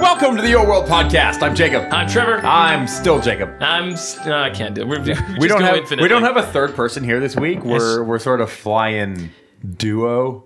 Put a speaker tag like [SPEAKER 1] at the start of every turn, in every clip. [SPEAKER 1] Welcome to the Your World Podcast. I'm Jacob.
[SPEAKER 2] I'm Uh, Trevor.
[SPEAKER 1] I'm still Jacob.
[SPEAKER 2] I'm. s- No, I can't do. It. We're, we
[SPEAKER 1] We don't
[SPEAKER 2] go
[SPEAKER 1] have
[SPEAKER 2] Infinitely.
[SPEAKER 1] we don't have a third person here this week. We're we're sort of flying duo.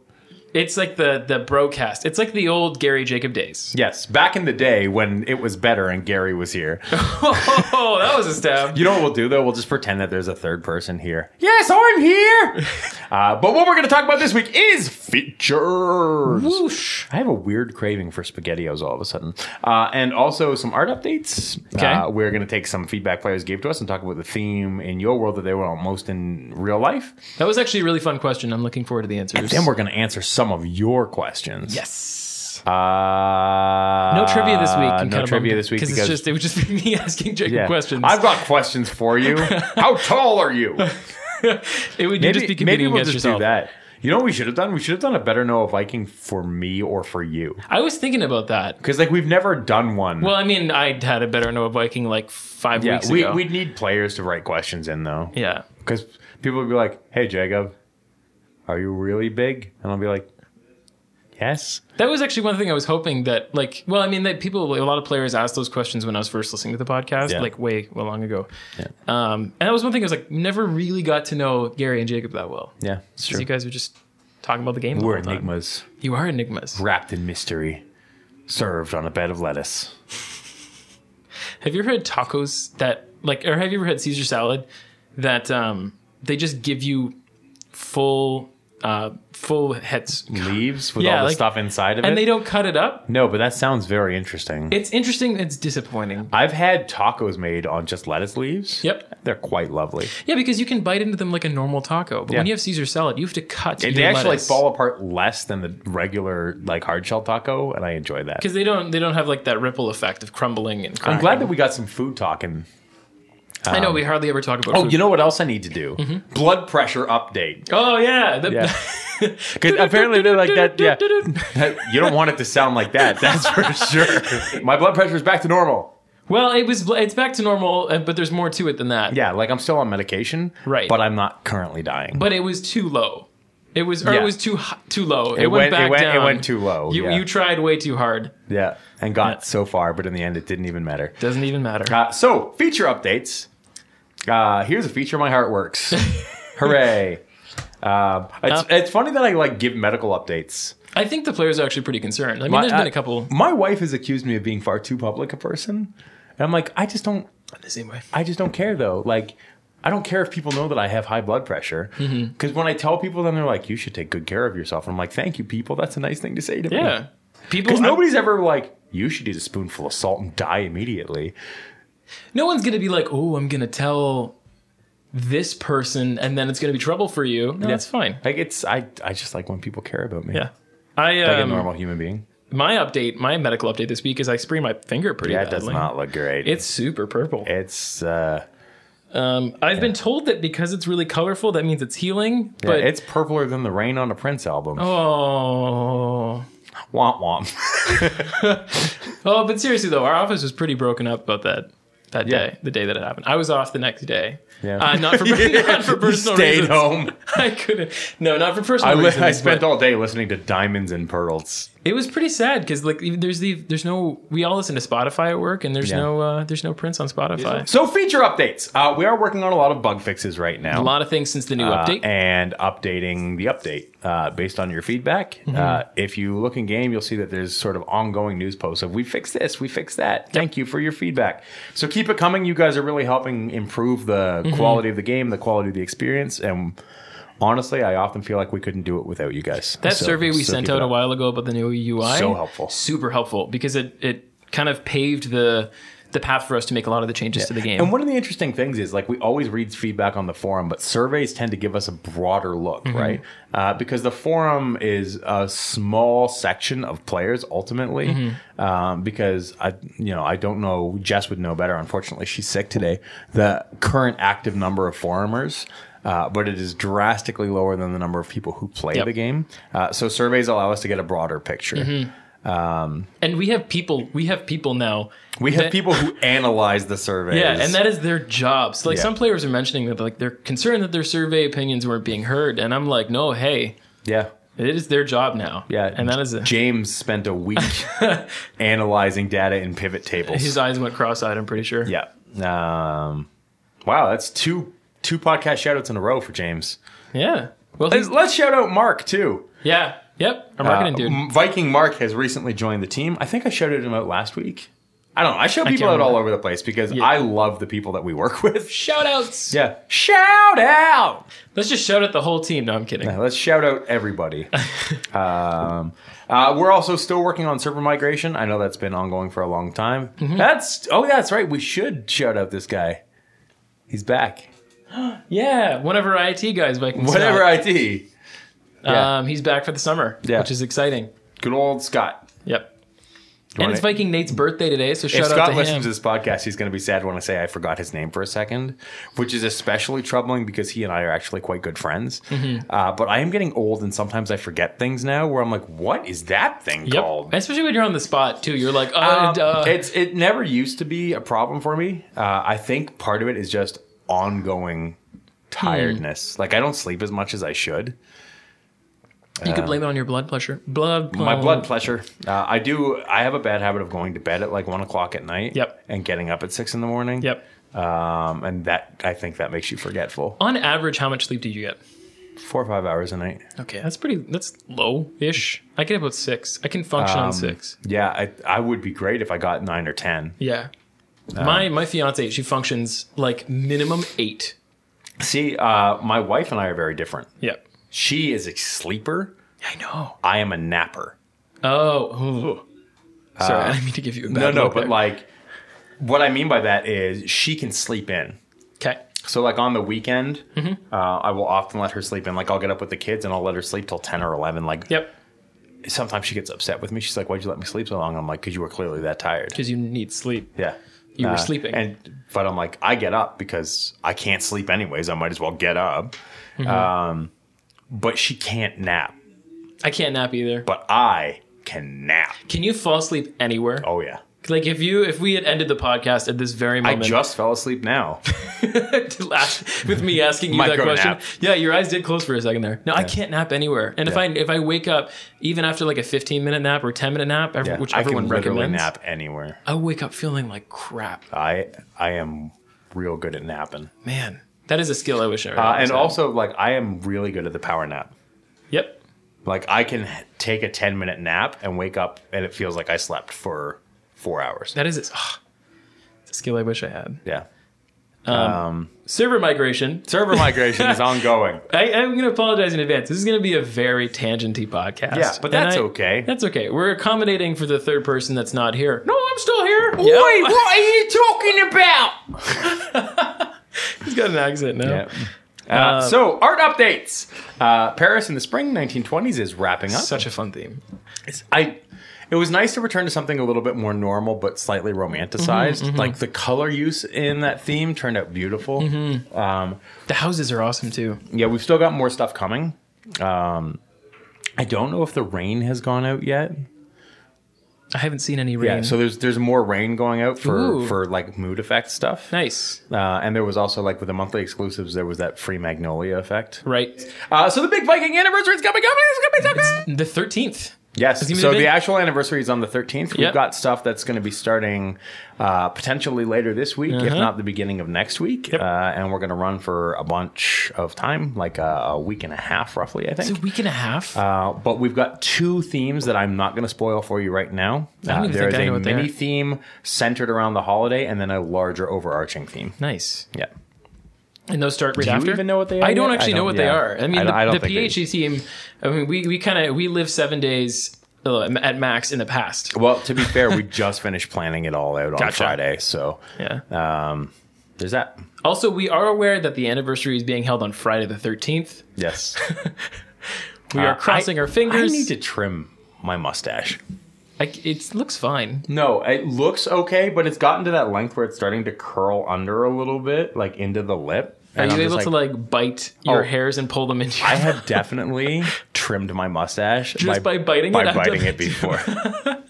[SPEAKER 2] It's like the the broadcast. It's like the old Gary Jacob days.
[SPEAKER 1] Yes, back in the day when it was better and Gary was here.
[SPEAKER 2] Oh, that was a stab.
[SPEAKER 1] You know what we'll do though? We'll just pretend that there's a third person here. Yes, I'm here. uh, but what we're going to talk about this week is features.
[SPEAKER 2] Whoosh.
[SPEAKER 1] I have a weird craving for SpaghettiOs all of a sudden, uh, and also some art updates.
[SPEAKER 2] Okay.
[SPEAKER 1] Uh, we're going to take some feedback players gave to us and talk about the theme in your world that they were most in real life.
[SPEAKER 2] That was actually a really fun question. I'm looking forward to the answers.
[SPEAKER 1] Then we're going to answer some of your questions.
[SPEAKER 2] yes.
[SPEAKER 1] Uh,
[SPEAKER 2] No trivia this week. I'm
[SPEAKER 1] no
[SPEAKER 2] kinda
[SPEAKER 1] trivia
[SPEAKER 2] bummed
[SPEAKER 1] this week
[SPEAKER 2] because it's just it would just be me asking Jacob
[SPEAKER 1] yeah.
[SPEAKER 2] questions.
[SPEAKER 1] I've got questions for you. How tall are you?
[SPEAKER 2] it would you'd just be competing
[SPEAKER 1] we'll
[SPEAKER 2] against
[SPEAKER 1] just
[SPEAKER 2] yourself.
[SPEAKER 1] do that. You know what we should have done? We should have done a better know a Viking for me or for you.
[SPEAKER 2] I was thinking about that.
[SPEAKER 1] Because like we've never done one.
[SPEAKER 2] Well, I mean, I had a better Noah Viking like five
[SPEAKER 1] yeah,
[SPEAKER 2] weeks
[SPEAKER 1] we
[SPEAKER 2] ago.
[SPEAKER 1] we need players to write questions in though.
[SPEAKER 2] yeah.
[SPEAKER 1] Because people would be like, "Hey Jacob, are you really big?" And I'll be like, "Yes."
[SPEAKER 2] That was actually one thing I was hoping that, like, well, I mean, that people, a lot of players asked those questions when I was first listening to the podcast,
[SPEAKER 1] Yeah.
[SPEAKER 2] like, way well, long ago. Um, and that was one thing I was like, never really got to know Gary and Jacob that well.
[SPEAKER 1] Yeah, it's
[SPEAKER 2] 'Cause You guys were just talking about the game. the
[SPEAKER 1] We're
[SPEAKER 2] whole time.
[SPEAKER 1] enigmas
[SPEAKER 2] You are enigmas.
[SPEAKER 1] wrapped in mystery, served on a bed of lettuce.
[SPEAKER 2] Have you ever had tacos that, like, or have you ever had Caesar salad that um, they just give you full, uh, full heads?
[SPEAKER 1] Leaves with
[SPEAKER 2] Yeah,
[SPEAKER 1] all the
[SPEAKER 2] like-
[SPEAKER 1] stuff inside of
[SPEAKER 2] And
[SPEAKER 1] it.
[SPEAKER 2] they don't cut it up.
[SPEAKER 1] no, but that sounds very interesting.
[SPEAKER 2] It's interesting. It's disappointing.
[SPEAKER 1] I've had tacos made on just lettuce leaves.
[SPEAKER 2] Yep.
[SPEAKER 1] They're quite lovely.
[SPEAKER 2] Yeah, because you can bite into them like a normal taco, but
[SPEAKER 1] Yeah.
[SPEAKER 2] when you have Caesar salad, you have to cut.
[SPEAKER 1] And
[SPEAKER 2] your
[SPEAKER 1] they actually like
[SPEAKER 2] lettuce.
[SPEAKER 1] fall apart less than the regular like hard shell taco, and I enjoy that.
[SPEAKER 2] because they don't. They don't have like that ripple effect of crumbling and.
[SPEAKER 1] I'm
[SPEAKER 2] Cracking.
[SPEAKER 1] glad that we got some food talking.
[SPEAKER 2] I know we hardly ever talk about.
[SPEAKER 1] Oh,
[SPEAKER 2] food.
[SPEAKER 1] you know what else I need to do? Blood pressure update.
[SPEAKER 2] Oh yeah. the-
[SPEAKER 1] Yeah. 'Cause apparently they're like that. Yeah, you don't want it to sound like that. That's for sure. My blood pressure is back to normal.
[SPEAKER 2] Well, it was. It's back to normal, uh, but there's more to it than that.
[SPEAKER 1] Yeah, like I'm still on medication,
[SPEAKER 2] Right.
[SPEAKER 1] But I'm not currently dying.
[SPEAKER 2] But it was too low. It was. Or
[SPEAKER 1] Yeah.
[SPEAKER 2] It was too hi- too low.
[SPEAKER 1] went-
[SPEAKER 2] It,
[SPEAKER 1] it
[SPEAKER 2] went, back
[SPEAKER 1] went- it
[SPEAKER 2] down.
[SPEAKER 1] went too low,
[SPEAKER 2] You
[SPEAKER 1] yeah.
[SPEAKER 2] you tried way too hard.
[SPEAKER 1] yeah, and got so far, but in the end, it didn't even matter.
[SPEAKER 2] Doesn't even matter.
[SPEAKER 1] Uh, so, feature updates. Uh, here's a feature my heart works. Hooray! Um, it's, it's funny that I like give medical updates.
[SPEAKER 2] I think the players are actually pretty concerned. I mean,
[SPEAKER 1] My- uh,
[SPEAKER 2] there's
[SPEAKER 1] I-
[SPEAKER 2] been a couple.
[SPEAKER 1] My wife has accused me of being far too public a person, and I'm like, I just don't,
[SPEAKER 2] The same way.
[SPEAKER 1] I just don't care though. Like, I don't care if people know that I have high blood pressure because
[SPEAKER 2] Mm-hmm.
[SPEAKER 1] when I tell people, then they're like, you should take good care of yourself. And I'm like, thank you, people. That's a nice thing to say to me.
[SPEAKER 2] Yeah. People.
[SPEAKER 1] Because
[SPEAKER 2] I'm-
[SPEAKER 1] nobody's ever like, you should eat a spoonful of salt and die immediately.
[SPEAKER 2] no one's gonna be like, oh, I'm gonna tell this person, and then it's gonna be trouble for you. No, that's fine.
[SPEAKER 1] Like it's, I, I just like when people care about me.
[SPEAKER 2] Yeah, I
[SPEAKER 1] Like a
[SPEAKER 2] um,
[SPEAKER 1] normal human being.
[SPEAKER 2] my update, my medical update this week is I sprained my finger pretty
[SPEAKER 1] That
[SPEAKER 2] badly.
[SPEAKER 1] does not look great.
[SPEAKER 2] It's super purple.
[SPEAKER 1] it's uh,
[SPEAKER 2] Um, I've been told that because it's really colorful, that means it's healing.
[SPEAKER 1] but
[SPEAKER 2] But
[SPEAKER 1] it's purpler than the rain on a Prince album.
[SPEAKER 2] oh,
[SPEAKER 1] Womp womp.
[SPEAKER 2] oh. But seriously though, our office was pretty broken up about that. That
[SPEAKER 1] Yeah.
[SPEAKER 2] day, the day that it happened, I was off the next day.
[SPEAKER 1] Yeah.
[SPEAKER 2] Uh, not for not for personal
[SPEAKER 1] Stayed
[SPEAKER 2] reasons.
[SPEAKER 1] home.
[SPEAKER 2] I couldn't. No, not for personal
[SPEAKER 1] I, li-
[SPEAKER 2] reasons.
[SPEAKER 1] I spent
[SPEAKER 2] but-
[SPEAKER 1] all day listening to Diamonds and Pearls.
[SPEAKER 2] It was pretty sad because like even- there's the there's no we all listen to Spotify at work and there's
[SPEAKER 1] Yeah.
[SPEAKER 2] no uh, there's no Prince on Spotify.
[SPEAKER 1] So feature updates. Uh, we are working on a lot of bug fixes right now.
[SPEAKER 2] A lot of things since the new
[SPEAKER 1] Uh,
[SPEAKER 2] update.
[SPEAKER 1] and updating the update uh, based on your feedback.
[SPEAKER 2] Mm-hmm.
[SPEAKER 1] Uh, if you look in game, you'll see that there's sort of ongoing news posts of we fixed this, we fixed that. Thank you for your feedback. So keep it coming. You guys are really helping improve the
[SPEAKER 2] Mm-hmm.
[SPEAKER 1] quality of the game, the quality of the experience, and honestly, I often feel like we couldn't do it without you guys.
[SPEAKER 2] that
[SPEAKER 1] So-
[SPEAKER 2] survey we
[SPEAKER 1] so
[SPEAKER 2] sent
[SPEAKER 1] keep it
[SPEAKER 2] out a
[SPEAKER 1] up.
[SPEAKER 2] while ago about the new UI
[SPEAKER 1] So helpful.
[SPEAKER 2] super helpful because it it kind of paved the the path for us to make a lot of the changes to the game.
[SPEAKER 1] And one of the interesting things is like we always read feedback on the forum, but surveys tend to give us a broader look,
[SPEAKER 2] Mm-hmm.
[SPEAKER 1] right? Uh, because the forum is a small section of players ultimately.
[SPEAKER 2] Mm-hmm.
[SPEAKER 1] Um, because I, you know, I don't know. Jess would know better. Unfortunately, she's sick today. The current active number of forumers. Uh, but it is drastically lower than the number of people who play
[SPEAKER 2] Yep.
[SPEAKER 1] the game. Uh, so surveys allow us to get a broader picture.
[SPEAKER 2] Mm-hmm. and we have people we have people now
[SPEAKER 1] We have
[SPEAKER 2] that-
[SPEAKER 1] people who analyze the surveys.
[SPEAKER 2] Yeah, and that is their job. So like
[SPEAKER 1] Yeah.
[SPEAKER 2] some players are mentioning that like they're concerned that their survey opinions weren't being heard and I'm like, "No, hey,
[SPEAKER 1] yeah.
[SPEAKER 2] It is their job now.
[SPEAKER 1] Yeah,
[SPEAKER 2] and that is a,
[SPEAKER 1] James spent a week analyzing data in pivot tables.
[SPEAKER 2] his eyes went cross-eyed. I'm pretty sure.
[SPEAKER 1] yeah. Um, wow, that's two two podcast shoutouts in a row for James.
[SPEAKER 2] Yeah. Well,
[SPEAKER 1] Let's,
[SPEAKER 2] he's,
[SPEAKER 1] let's shout out Mark too.
[SPEAKER 2] yeah. Yep. Our marketing
[SPEAKER 1] Uh,
[SPEAKER 2] dude.
[SPEAKER 1] M- Viking Mark has recently joined the team. I think I shouted him out last week. I don't know. I shout people out
[SPEAKER 2] can't
[SPEAKER 1] all
[SPEAKER 2] remember.
[SPEAKER 1] over the place because I love the people that we work with.
[SPEAKER 2] Shout outs.
[SPEAKER 1] Yeah. Shout out.
[SPEAKER 2] Let's just shout out the whole team. No, I'm kidding.
[SPEAKER 1] Yeah, Uh, Let's shout out everybody. um, uh, we're also still working on server migration. I know that's been ongoing for a long time.
[SPEAKER 2] Mm-hmm.
[SPEAKER 1] That's oh yeah, that's right. We should shout out this guy. He's back.
[SPEAKER 2] Yeah. One of our IT guys, Viking.
[SPEAKER 1] Whatever IT.
[SPEAKER 2] Scott.
[SPEAKER 1] yeah.
[SPEAKER 2] Um, he's back for the summer,
[SPEAKER 1] Yeah.
[SPEAKER 2] which is exciting.
[SPEAKER 1] Good old Scott.
[SPEAKER 2] Yep.
[SPEAKER 1] you
[SPEAKER 2] And
[SPEAKER 1] want
[SPEAKER 2] it's
[SPEAKER 1] it?
[SPEAKER 2] Viking Nate's birthday today, so
[SPEAKER 1] If
[SPEAKER 2] shout out
[SPEAKER 1] Scott
[SPEAKER 2] to
[SPEAKER 1] listens
[SPEAKER 2] him.
[SPEAKER 1] to this podcast, he's going to be sad when I say I forgot his name for a second, which is especially troubling because he and I are actually quite good friends.
[SPEAKER 2] Mm-hmm.
[SPEAKER 1] Uh, but I am getting old, and sometimes I forget things now. Where I'm like, "What is that thing
[SPEAKER 2] Yep.
[SPEAKER 1] called?"
[SPEAKER 2] Especially when you're on the spot too. You're like, uh,
[SPEAKER 1] Um,
[SPEAKER 2] duh.
[SPEAKER 1] it's it never used to be a problem for me. Uh, I think part of it is just ongoing tiredness.
[SPEAKER 2] Hmm.
[SPEAKER 1] Like I don't sleep as much as I should.
[SPEAKER 2] you could blame it on your blood pressure. Blood.
[SPEAKER 1] My blood pressure. Uh, I do. I have a bad habit of going to bed at like one o'clock at night.
[SPEAKER 2] Yep.
[SPEAKER 1] And getting up at six in the morning.
[SPEAKER 2] Yep.
[SPEAKER 1] Um, and that I think that makes you forgetful.
[SPEAKER 2] On average, how much sleep do you get?
[SPEAKER 1] Four or five hours a night.
[SPEAKER 2] Okay, that's pretty. That's low ish. I get about six. I can function
[SPEAKER 1] Um,
[SPEAKER 2] on six.
[SPEAKER 1] Yeah, I, I would be great if I got nine or ten.
[SPEAKER 2] Yeah.
[SPEAKER 1] uh,
[SPEAKER 2] my my fiance, she functions like minimum eight.
[SPEAKER 1] See, uh, my wife and I are very different.
[SPEAKER 2] Yep.
[SPEAKER 1] She is a sleeper.
[SPEAKER 2] I know.
[SPEAKER 1] I am a napper.
[SPEAKER 2] Oh. ooh. Sorry, I didn't mean to give you a bad
[SPEAKER 1] Uh, No, no,
[SPEAKER 2] look
[SPEAKER 1] but
[SPEAKER 2] there.
[SPEAKER 1] like, what I mean by that is she can sleep in.
[SPEAKER 2] okay.
[SPEAKER 1] So, like on the weekend,
[SPEAKER 2] Mm-hmm.
[SPEAKER 1] uh, I will often let her sleep in. Like, I'll get up with the kids and I'll let her sleep till ten or eleven. Like,
[SPEAKER 2] Yep.
[SPEAKER 1] sometimes she gets upset with me. She's like, "Why'd you let me sleep so long?" I'm like, "Cause you were clearly that tired."
[SPEAKER 2] Because you need sleep.
[SPEAKER 1] Yeah. Uh,
[SPEAKER 2] You were sleeping.
[SPEAKER 1] And but I'm like, I get up because I can't sleep anyways. I might as well get up.
[SPEAKER 2] Mm-hmm.
[SPEAKER 1] Um, but she can't nap,
[SPEAKER 2] I can't nap either.
[SPEAKER 1] but I can nap.
[SPEAKER 2] Can you fall asleep anywhere?
[SPEAKER 1] Oh yeah.
[SPEAKER 2] Like if you if we had ended the podcast at this very
[SPEAKER 1] I
[SPEAKER 2] moment,
[SPEAKER 1] just fell asleep now.
[SPEAKER 2] to laugh with me asking you that
[SPEAKER 1] Micro
[SPEAKER 2] question.
[SPEAKER 1] nap.
[SPEAKER 2] Yeah, your eyes did close for a second there. No, I can't nap anywhere. And if
[SPEAKER 1] Yeah.
[SPEAKER 2] I if I wake up even after like a 15 minute nap or 10 minute nap, every,
[SPEAKER 1] Yeah,
[SPEAKER 2] which
[SPEAKER 1] I can
[SPEAKER 2] everyone
[SPEAKER 1] literally
[SPEAKER 2] recommends,
[SPEAKER 1] nap anywhere.
[SPEAKER 2] I wake up feeling like crap.
[SPEAKER 1] I I am real good at napping,
[SPEAKER 2] Man, that is a skill I wish I.
[SPEAKER 1] uh, and
[SPEAKER 2] had.
[SPEAKER 1] also like I am really good at the power nap.
[SPEAKER 2] yep.
[SPEAKER 1] Like I can h- take a ten minute nap and wake up, and it feels like I slept for four hours.
[SPEAKER 2] That is it's, ah, it's a skill I wish I had.
[SPEAKER 1] Yeah,
[SPEAKER 2] Server migration.
[SPEAKER 1] server migration is ongoing.
[SPEAKER 2] I, I'm going to apologize in advance. This is going to be a very tangenty podcast.
[SPEAKER 1] Yeah, but
[SPEAKER 2] And
[SPEAKER 1] that's
[SPEAKER 2] I-
[SPEAKER 1] okay.
[SPEAKER 2] That's okay. We're accommodating for the third person that's not here. No, I'm still here.
[SPEAKER 1] Wait, what are you talking about?
[SPEAKER 2] He's got an accent now.
[SPEAKER 1] Yeah. Uh, so, art updates. Uh, Paris in the spring 1920s is wrapping up.
[SPEAKER 2] Such a fun theme.
[SPEAKER 1] I, it was nice to return to something a little bit more normal, but slightly romanticized. Like the color use in that theme turned out beautiful.
[SPEAKER 2] The houses are awesome too.
[SPEAKER 1] Yeah, we've still got more stuff coming. Um, I don't know if the rain has gone out yet.
[SPEAKER 2] I haven't seen any rain.
[SPEAKER 1] Yeah, so there's there's more rain going out for
[SPEAKER 2] Ooh.
[SPEAKER 1] for like mood effect stuff.
[SPEAKER 2] nice,
[SPEAKER 1] Uh, and there was also like with the monthly exclusives, there was that free magnolia effect.
[SPEAKER 2] right?
[SPEAKER 1] Uh, so the big Viking anniversary is coming up. It's gonna be so good.
[SPEAKER 2] The thirteenth.
[SPEAKER 1] Yes.
[SPEAKER 2] even
[SPEAKER 1] So
[SPEAKER 2] big.
[SPEAKER 1] the actual anniversary is on the 13th. We've
[SPEAKER 2] Yep.
[SPEAKER 1] got stuff that's going to be starting uh, potentially later this week, if
[SPEAKER 2] Uh-huh.
[SPEAKER 1] not the beginning of next week. Uh, and we're going to run for a bunch of time, like uh, a week and a half, roughly, I
[SPEAKER 2] It's a
[SPEAKER 1] think.
[SPEAKER 2] week and a half.
[SPEAKER 1] Uh, but we've got two themes that I'm not going to spoil for you right now.
[SPEAKER 2] don't
[SPEAKER 1] Uh,
[SPEAKER 2] even
[SPEAKER 1] there
[SPEAKER 2] think
[SPEAKER 1] is
[SPEAKER 2] I know
[SPEAKER 1] a
[SPEAKER 2] what they
[SPEAKER 1] mini
[SPEAKER 2] are.
[SPEAKER 1] theme centered around the holiday and then a larger overarching theme.
[SPEAKER 2] nice.
[SPEAKER 1] Yeah.
[SPEAKER 2] And those start right
[SPEAKER 1] you
[SPEAKER 2] after.
[SPEAKER 1] even know what they are
[SPEAKER 2] I don't
[SPEAKER 1] yet? I
[SPEAKER 2] actually know
[SPEAKER 1] don't-
[SPEAKER 2] what they
[SPEAKER 1] yeah.
[SPEAKER 2] are. I mean,
[SPEAKER 1] I don't-
[SPEAKER 2] the,
[SPEAKER 1] I don't
[SPEAKER 2] the
[SPEAKER 1] think they
[SPEAKER 2] PHE team. I mean, we we kind of we live seven days uh, at max in the past.
[SPEAKER 1] Well, to be fair, we just finished planning it all out on
[SPEAKER 2] Gotcha.
[SPEAKER 1] Friday. So
[SPEAKER 2] Yeah.
[SPEAKER 1] there's that.
[SPEAKER 2] also, we are aware that the anniversary is being held on Friday the thirteenth.
[SPEAKER 1] Yes.
[SPEAKER 2] We
[SPEAKER 1] Uh, I-
[SPEAKER 2] are crossing our fingers.
[SPEAKER 1] I need to trim my mustache.
[SPEAKER 2] I- it looks fine.
[SPEAKER 1] No, it looks okay, but it's gotten to that length where it's starting to curl under a little bit, like into the lip.
[SPEAKER 2] Are
[SPEAKER 1] And
[SPEAKER 2] you
[SPEAKER 1] I'm
[SPEAKER 2] able
[SPEAKER 1] just
[SPEAKER 2] to like bite
[SPEAKER 1] Oh.
[SPEAKER 2] your hairs and pull them into? Your
[SPEAKER 1] I have definitely trimmed my mustache
[SPEAKER 2] just by, biting
[SPEAKER 1] by
[SPEAKER 2] it. after-
[SPEAKER 1] biting it before.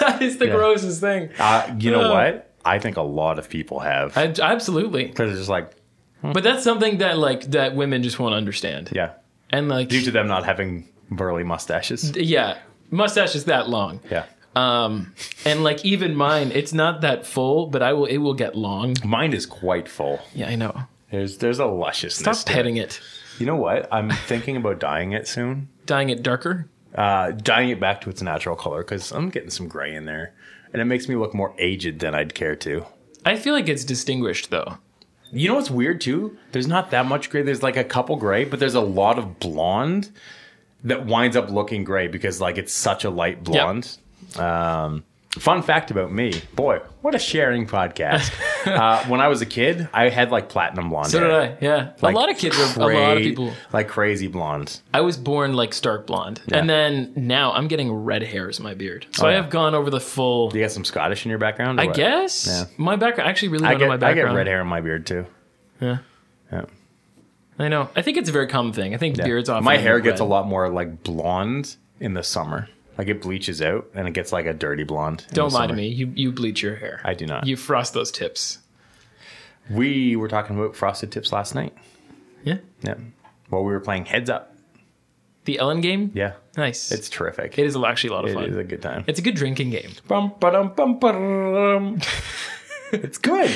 [SPEAKER 2] that is the grossest thing.
[SPEAKER 1] uh, you know
[SPEAKER 2] Uh.
[SPEAKER 1] what? I think a lot of people have
[SPEAKER 2] I, absolutely.
[SPEAKER 1] because it's just like
[SPEAKER 2] But that's something that like that women just won't understand.
[SPEAKER 1] Hmm. yeah,
[SPEAKER 2] And like
[SPEAKER 1] due to them not having burly mustaches.
[SPEAKER 2] Yeah, mustache is that long.
[SPEAKER 1] Yeah.
[SPEAKER 2] Um, and like even mine, it's not that full, but I will. It will get long.
[SPEAKER 1] Mine is quite full.
[SPEAKER 2] Yeah, I know.
[SPEAKER 1] There's there's a lusciousness.
[SPEAKER 2] Stop
[SPEAKER 1] to it.
[SPEAKER 2] petting it.
[SPEAKER 1] You know what? I'm thinking about dyeing it soon.
[SPEAKER 2] Dyeing it darker.
[SPEAKER 1] Uh, dyeing it back to its natural color because I'm getting some gray in there, and it makes me look more aged than I'd care to.
[SPEAKER 2] I feel like it's distinguished though.
[SPEAKER 1] You know what's weird too? There's not that much gray. There's like a couple gray, but there's a lot of blonde that winds up looking gray because like it's such a light blonde. Um, fun fact about me, boy, what a sharing podcast. uh, when I was a kid, I had like platinum blonde.
[SPEAKER 2] So
[SPEAKER 1] hair.
[SPEAKER 2] did I. Yeah,
[SPEAKER 1] Like,
[SPEAKER 2] a lot of kids are. A lot of
[SPEAKER 1] cra-
[SPEAKER 2] people.
[SPEAKER 1] like crazy blonde.
[SPEAKER 2] I was born like stark blonde, and then now I'm getting red hairs in my beard. So I
[SPEAKER 1] Oh, yeah.
[SPEAKER 2] have gone over the full.
[SPEAKER 1] You got some Scottish in your background? or
[SPEAKER 2] I
[SPEAKER 1] what?
[SPEAKER 2] guess
[SPEAKER 1] Yeah.
[SPEAKER 2] my background actually really
[SPEAKER 1] I
[SPEAKER 2] went on
[SPEAKER 1] get
[SPEAKER 2] my
[SPEAKER 1] I get
[SPEAKER 2] background.
[SPEAKER 1] red hair in my beard too.
[SPEAKER 2] Yeah.
[SPEAKER 1] Yeah.
[SPEAKER 2] I know. I think it's a very common thing. I think
[SPEAKER 1] Yeah.
[SPEAKER 2] beards off.
[SPEAKER 1] My hair gets a lot more like blonde in the summer. Like it bleaches out and it gets like a dirty blonde. in
[SPEAKER 2] Don't
[SPEAKER 1] the
[SPEAKER 2] lie to
[SPEAKER 1] summer.
[SPEAKER 2] me. You you bleach your hair.
[SPEAKER 1] I do not.
[SPEAKER 2] You frost those tips.
[SPEAKER 1] We were talking about frosted tips last night.
[SPEAKER 2] Yeah.
[SPEAKER 1] Yeah. While we were playing Heads Up.
[SPEAKER 2] The Ellen game.
[SPEAKER 1] Yeah.
[SPEAKER 2] Nice.
[SPEAKER 1] It's terrific.
[SPEAKER 2] It is actually a lot of
[SPEAKER 1] It
[SPEAKER 2] fun.
[SPEAKER 1] is a good time.
[SPEAKER 2] It's a good drinking game.
[SPEAKER 1] Bum, ba-dum, bum, ba-dum. it's good.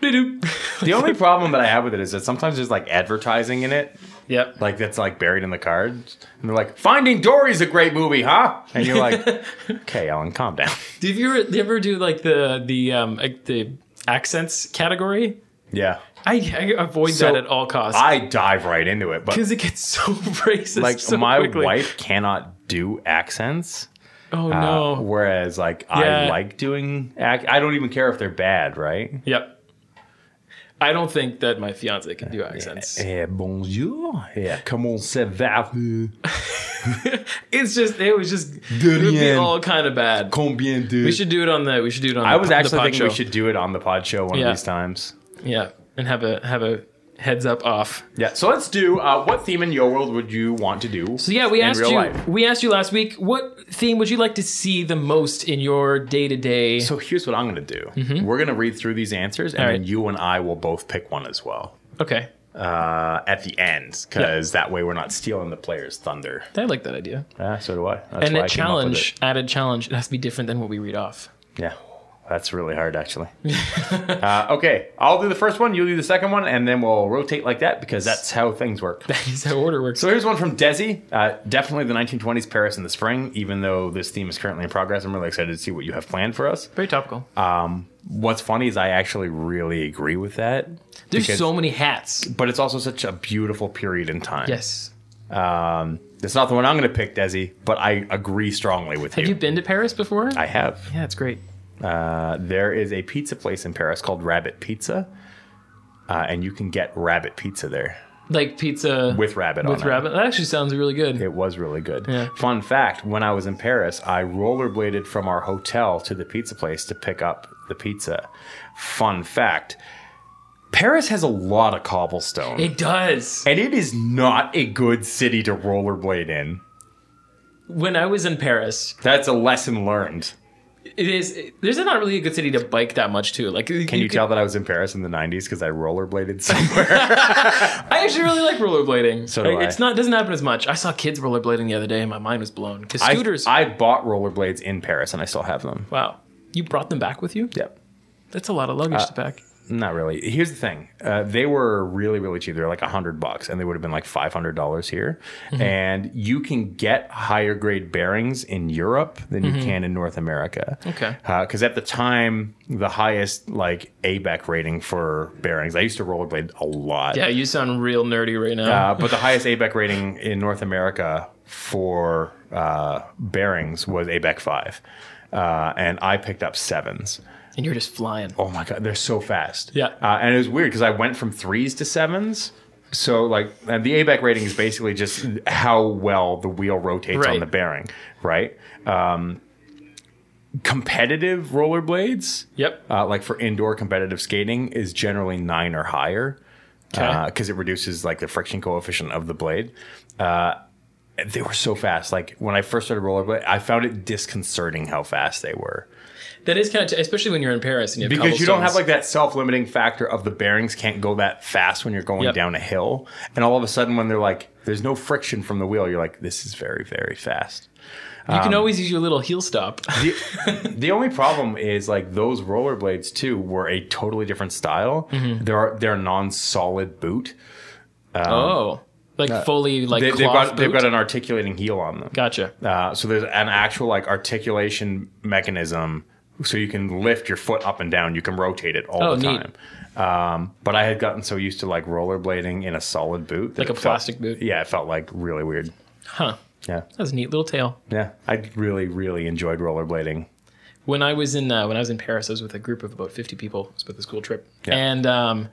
[SPEAKER 1] The only problem that I have with it is that sometimes there's like advertising in it,
[SPEAKER 2] yep.
[SPEAKER 1] like that's like buried in the cards. And they're like, Finding Dory's a great movie, huh? And you're like, okay, Ellen, calm down.
[SPEAKER 2] Do you ever, do you ever do like the the um like the accents category?
[SPEAKER 1] Yeah.
[SPEAKER 2] I, I avoid
[SPEAKER 1] So,
[SPEAKER 2] that at all costs
[SPEAKER 1] I dive right into it, but
[SPEAKER 2] because it gets so racist.
[SPEAKER 1] like
[SPEAKER 2] so
[SPEAKER 1] my
[SPEAKER 2] quickly.
[SPEAKER 1] wife cannot do accents.
[SPEAKER 2] Oh
[SPEAKER 1] Uh,
[SPEAKER 2] no.
[SPEAKER 1] Whereas, like, I
[SPEAKER 2] Yeah.
[SPEAKER 1] like doing. Act- I don't even care if they're bad, right?
[SPEAKER 2] Yep. I don't think that my fiance can do accents.
[SPEAKER 1] Eh, bonjour. Yeah, comment ça va?
[SPEAKER 2] It's just it was just it would be
[SPEAKER 1] rien.
[SPEAKER 2] all kind of bad.
[SPEAKER 1] Combien de?
[SPEAKER 2] We should do it on the we should do it on.
[SPEAKER 1] I was
[SPEAKER 2] the,
[SPEAKER 1] actually
[SPEAKER 2] the pod
[SPEAKER 1] thinking
[SPEAKER 2] show.
[SPEAKER 1] we should do it on the pod show one
[SPEAKER 2] Yeah.
[SPEAKER 1] of these times.
[SPEAKER 2] yeah and have a have a heads up off.
[SPEAKER 1] Yeah. So let's do. Uh, what theme in your world would you want to do?
[SPEAKER 2] So yeah, we
[SPEAKER 1] in
[SPEAKER 2] asked
[SPEAKER 1] real
[SPEAKER 2] you
[SPEAKER 1] life?
[SPEAKER 2] we asked you last week what theme would you like to see the most in your day to day.
[SPEAKER 1] So here's what I'm going to do.
[SPEAKER 2] Mm-hmm.
[SPEAKER 1] We're going to read through these answers, and
[SPEAKER 2] All
[SPEAKER 1] then
[SPEAKER 2] right.
[SPEAKER 1] you and I will both pick one as well
[SPEAKER 2] Okay,
[SPEAKER 1] uh, at the end, because that way we're not stealing the player's thunder.
[SPEAKER 2] I like that idea.
[SPEAKER 1] Yeah, Ah, so do I. That's
[SPEAKER 2] and
[SPEAKER 1] why I came
[SPEAKER 2] a
[SPEAKER 1] up with
[SPEAKER 2] challenge
[SPEAKER 1] it.
[SPEAKER 2] added challenge. It has to be different than what we read off.
[SPEAKER 1] Yeah, that's really hard, actually. uh, okay, I'll do the first one. You'll do the second one, and then we'll rotate like that because that's how things work.
[SPEAKER 2] That is how order works.
[SPEAKER 1] So here's one from Desi. Uh, definitely the 1920s Paris in the spring. Even though this theme is currently in progress, I'm really excited to see what you have planned for us.
[SPEAKER 2] Very topical.
[SPEAKER 1] Um, what's funny is I actually really agree with that.
[SPEAKER 2] There's
[SPEAKER 1] because-
[SPEAKER 2] so many hats.
[SPEAKER 1] But it's also such a beautiful period in time.
[SPEAKER 2] Yes.
[SPEAKER 1] Um, it's not the one I'm going to pick, Desi, but I agree strongly with
[SPEAKER 2] Have
[SPEAKER 1] you.
[SPEAKER 2] you been to Paris before?
[SPEAKER 1] I have.
[SPEAKER 2] yeah, it's great.
[SPEAKER 1] Uh, there is a pizza place in Paris called Rabbit Pizza, uh, and you can get rabbit pizza there
[SPEAKER 2] Like pizza
[SPEAKER 1] with rabbit
[SPEAKER 2] with
[SPEAKER 1] on it.
[SPEAKER 2] rabbit. That actually sounds really good.
[SPEAKER 1] It was really good.
[SPEAKER 2] Yeah.
[SPEAKER 1] Fun fact: When I was in Paris, I rollerbladed from our hotel to the pizza place to pick up the pizza. Fun fact: Paris has a lot of cobblestone,
[SPEAKER 2] It does.
[SPEAKER 1] and it is not a good city to rollerblade in.
[SPEAKER 2] When I was in Paris,
[SPEAKER 1] That's a lesson learned.
[SPEAKER 2] it is. It, there's not really a good city to bike that much too. Like,
[SPEAKER 1] Can you, tell that I was in Paris in the '90s because I rollerbladed somewhere?
[SPEAKER 2] I actually really like rollerblading.
[SPEAKER 1] So do I.
[SPEAKER 2] It's not doesn't happen as much. I saw kids rollerblading the other day, and my mind was blown because
[SPEAKER 1] I-
[SPEAKER 2] scooters.
[SPEAKER 1] I bought rollerblades in Paris, and I still have them.
[SPEAKER 2] wow, you brought them back with you?
[SPEAKER 1] Yep.
[SPEAKER 2] That's a lot of
[SPEAKER 1] Uh,
[SPEAKER 2] luggage to pack.
[SPEAKER 1] Not really. Here's the thing. Uh, they were really, really cheap. They were like a hundred bucks and they would have been like $500 here.
[SPEAKER 2] Mm-hmm.
[SPEAKER 1] And you can get higher grade bearings in Europe than you can in North America.
[SPEAKER 2] Mm-hmm. Okay.
[SPEAKER 1] Uh, Cause at the time, the highest like ABEC rating for bearings, I used to rollerblade a lot.
[SPEAKER 2] Yeah, you sound real nerdy right now.
[SPEAKER 1] Uh, but the highest ABEC rating in North America for uh, bearings was ABEC 5. Uh, and I picked up sevens.
[SPEAKER 2] and you're just flying.
[SPEAKER 1] Oh my god, they're so fast.
[SPEAKER 2] Yeah.
[SPEAKER 1] uh, and it was weird because I went from threes to sevens. So like, and the ABAC rating is basically just how well the wheel rotates on
[SPEAKER 2] Right.
[SPEAKER 1] the bearing, right? Um, competitive rollerblades,
[SPEAKER 2] Yep.
[SPEAKER 1] uh, like for indoor competitive skating, is generally nine or higher
[SPEAKER 2] Okay.
[SPEAKER 1] because it reduces like the friction coefficient of the blade. Uh, they were so fast. Like when I first started rollerblade, I found it disconcerting how fast they were.
[SPEAKER 2] That is kind of, t- especially when you're in Paris and you have
[SPEAKER 1] because you don't
[SPEAKER 2] cobblestones.
[SPEAKER 1] have like that self-limiting factor of the bearings can't go that fast when you're going
[SPEAKER 2] Yep.
[SPEAKER 1] down a hill and all of a sudden when they're like there's no friction from the wheel you're like this is very very fast
[SPEAKER 2] you
[SPEAKER 1] um,
[SPEAKER 2] can always use your little heel stop.
[SPEAKER 1] the, the only problem is like those rollerblades too were a totally different style they're they're non-solid boot
[SPEAKER 2] oh, like fully like
[SPEAKER 1] they,
[SPEAKER 2] cloth
[SPEAKER 1] they've got they've
[SPEAKER 2] boot?
[SPEAKER 1] got an articulating heel on them
[SPEAKER 2] gotcha.
[SPEAKER 1] Uh, so there's an actual like articulation mechanism, so you can lift your foot up and down. You can rotate it all
[SPEAKER 2] Oh,
[SPEAKER 1] the
[SPEAKER 2] neat.
[SPEAKER 1] time. Um, but I had gotten so used to like rollerblading in a solid boot, that
[SPEAKER 2] Like
[SPEAKER 1] it
[SPEAKER 2] a
[SPEAKER 1] felt-
[SPEAKER 2] plastic boot.
[SPEAKER 1] Yeah, it felt like really weird.
[SPEAKER 2] Huh.
[SPEAKER 1] Yeah,
[SPEAKER 2] That's a neat little tale.
[SPEAKER 1] yeah. I really, really enjoyed rollerblading.
[SPEAKER 2] when I was in uh, when I was in Paris, I was with a group of about fifty people. It was about the school trip,
[SPEAKER 1] Yeah.
[SPEAKER 2] and um,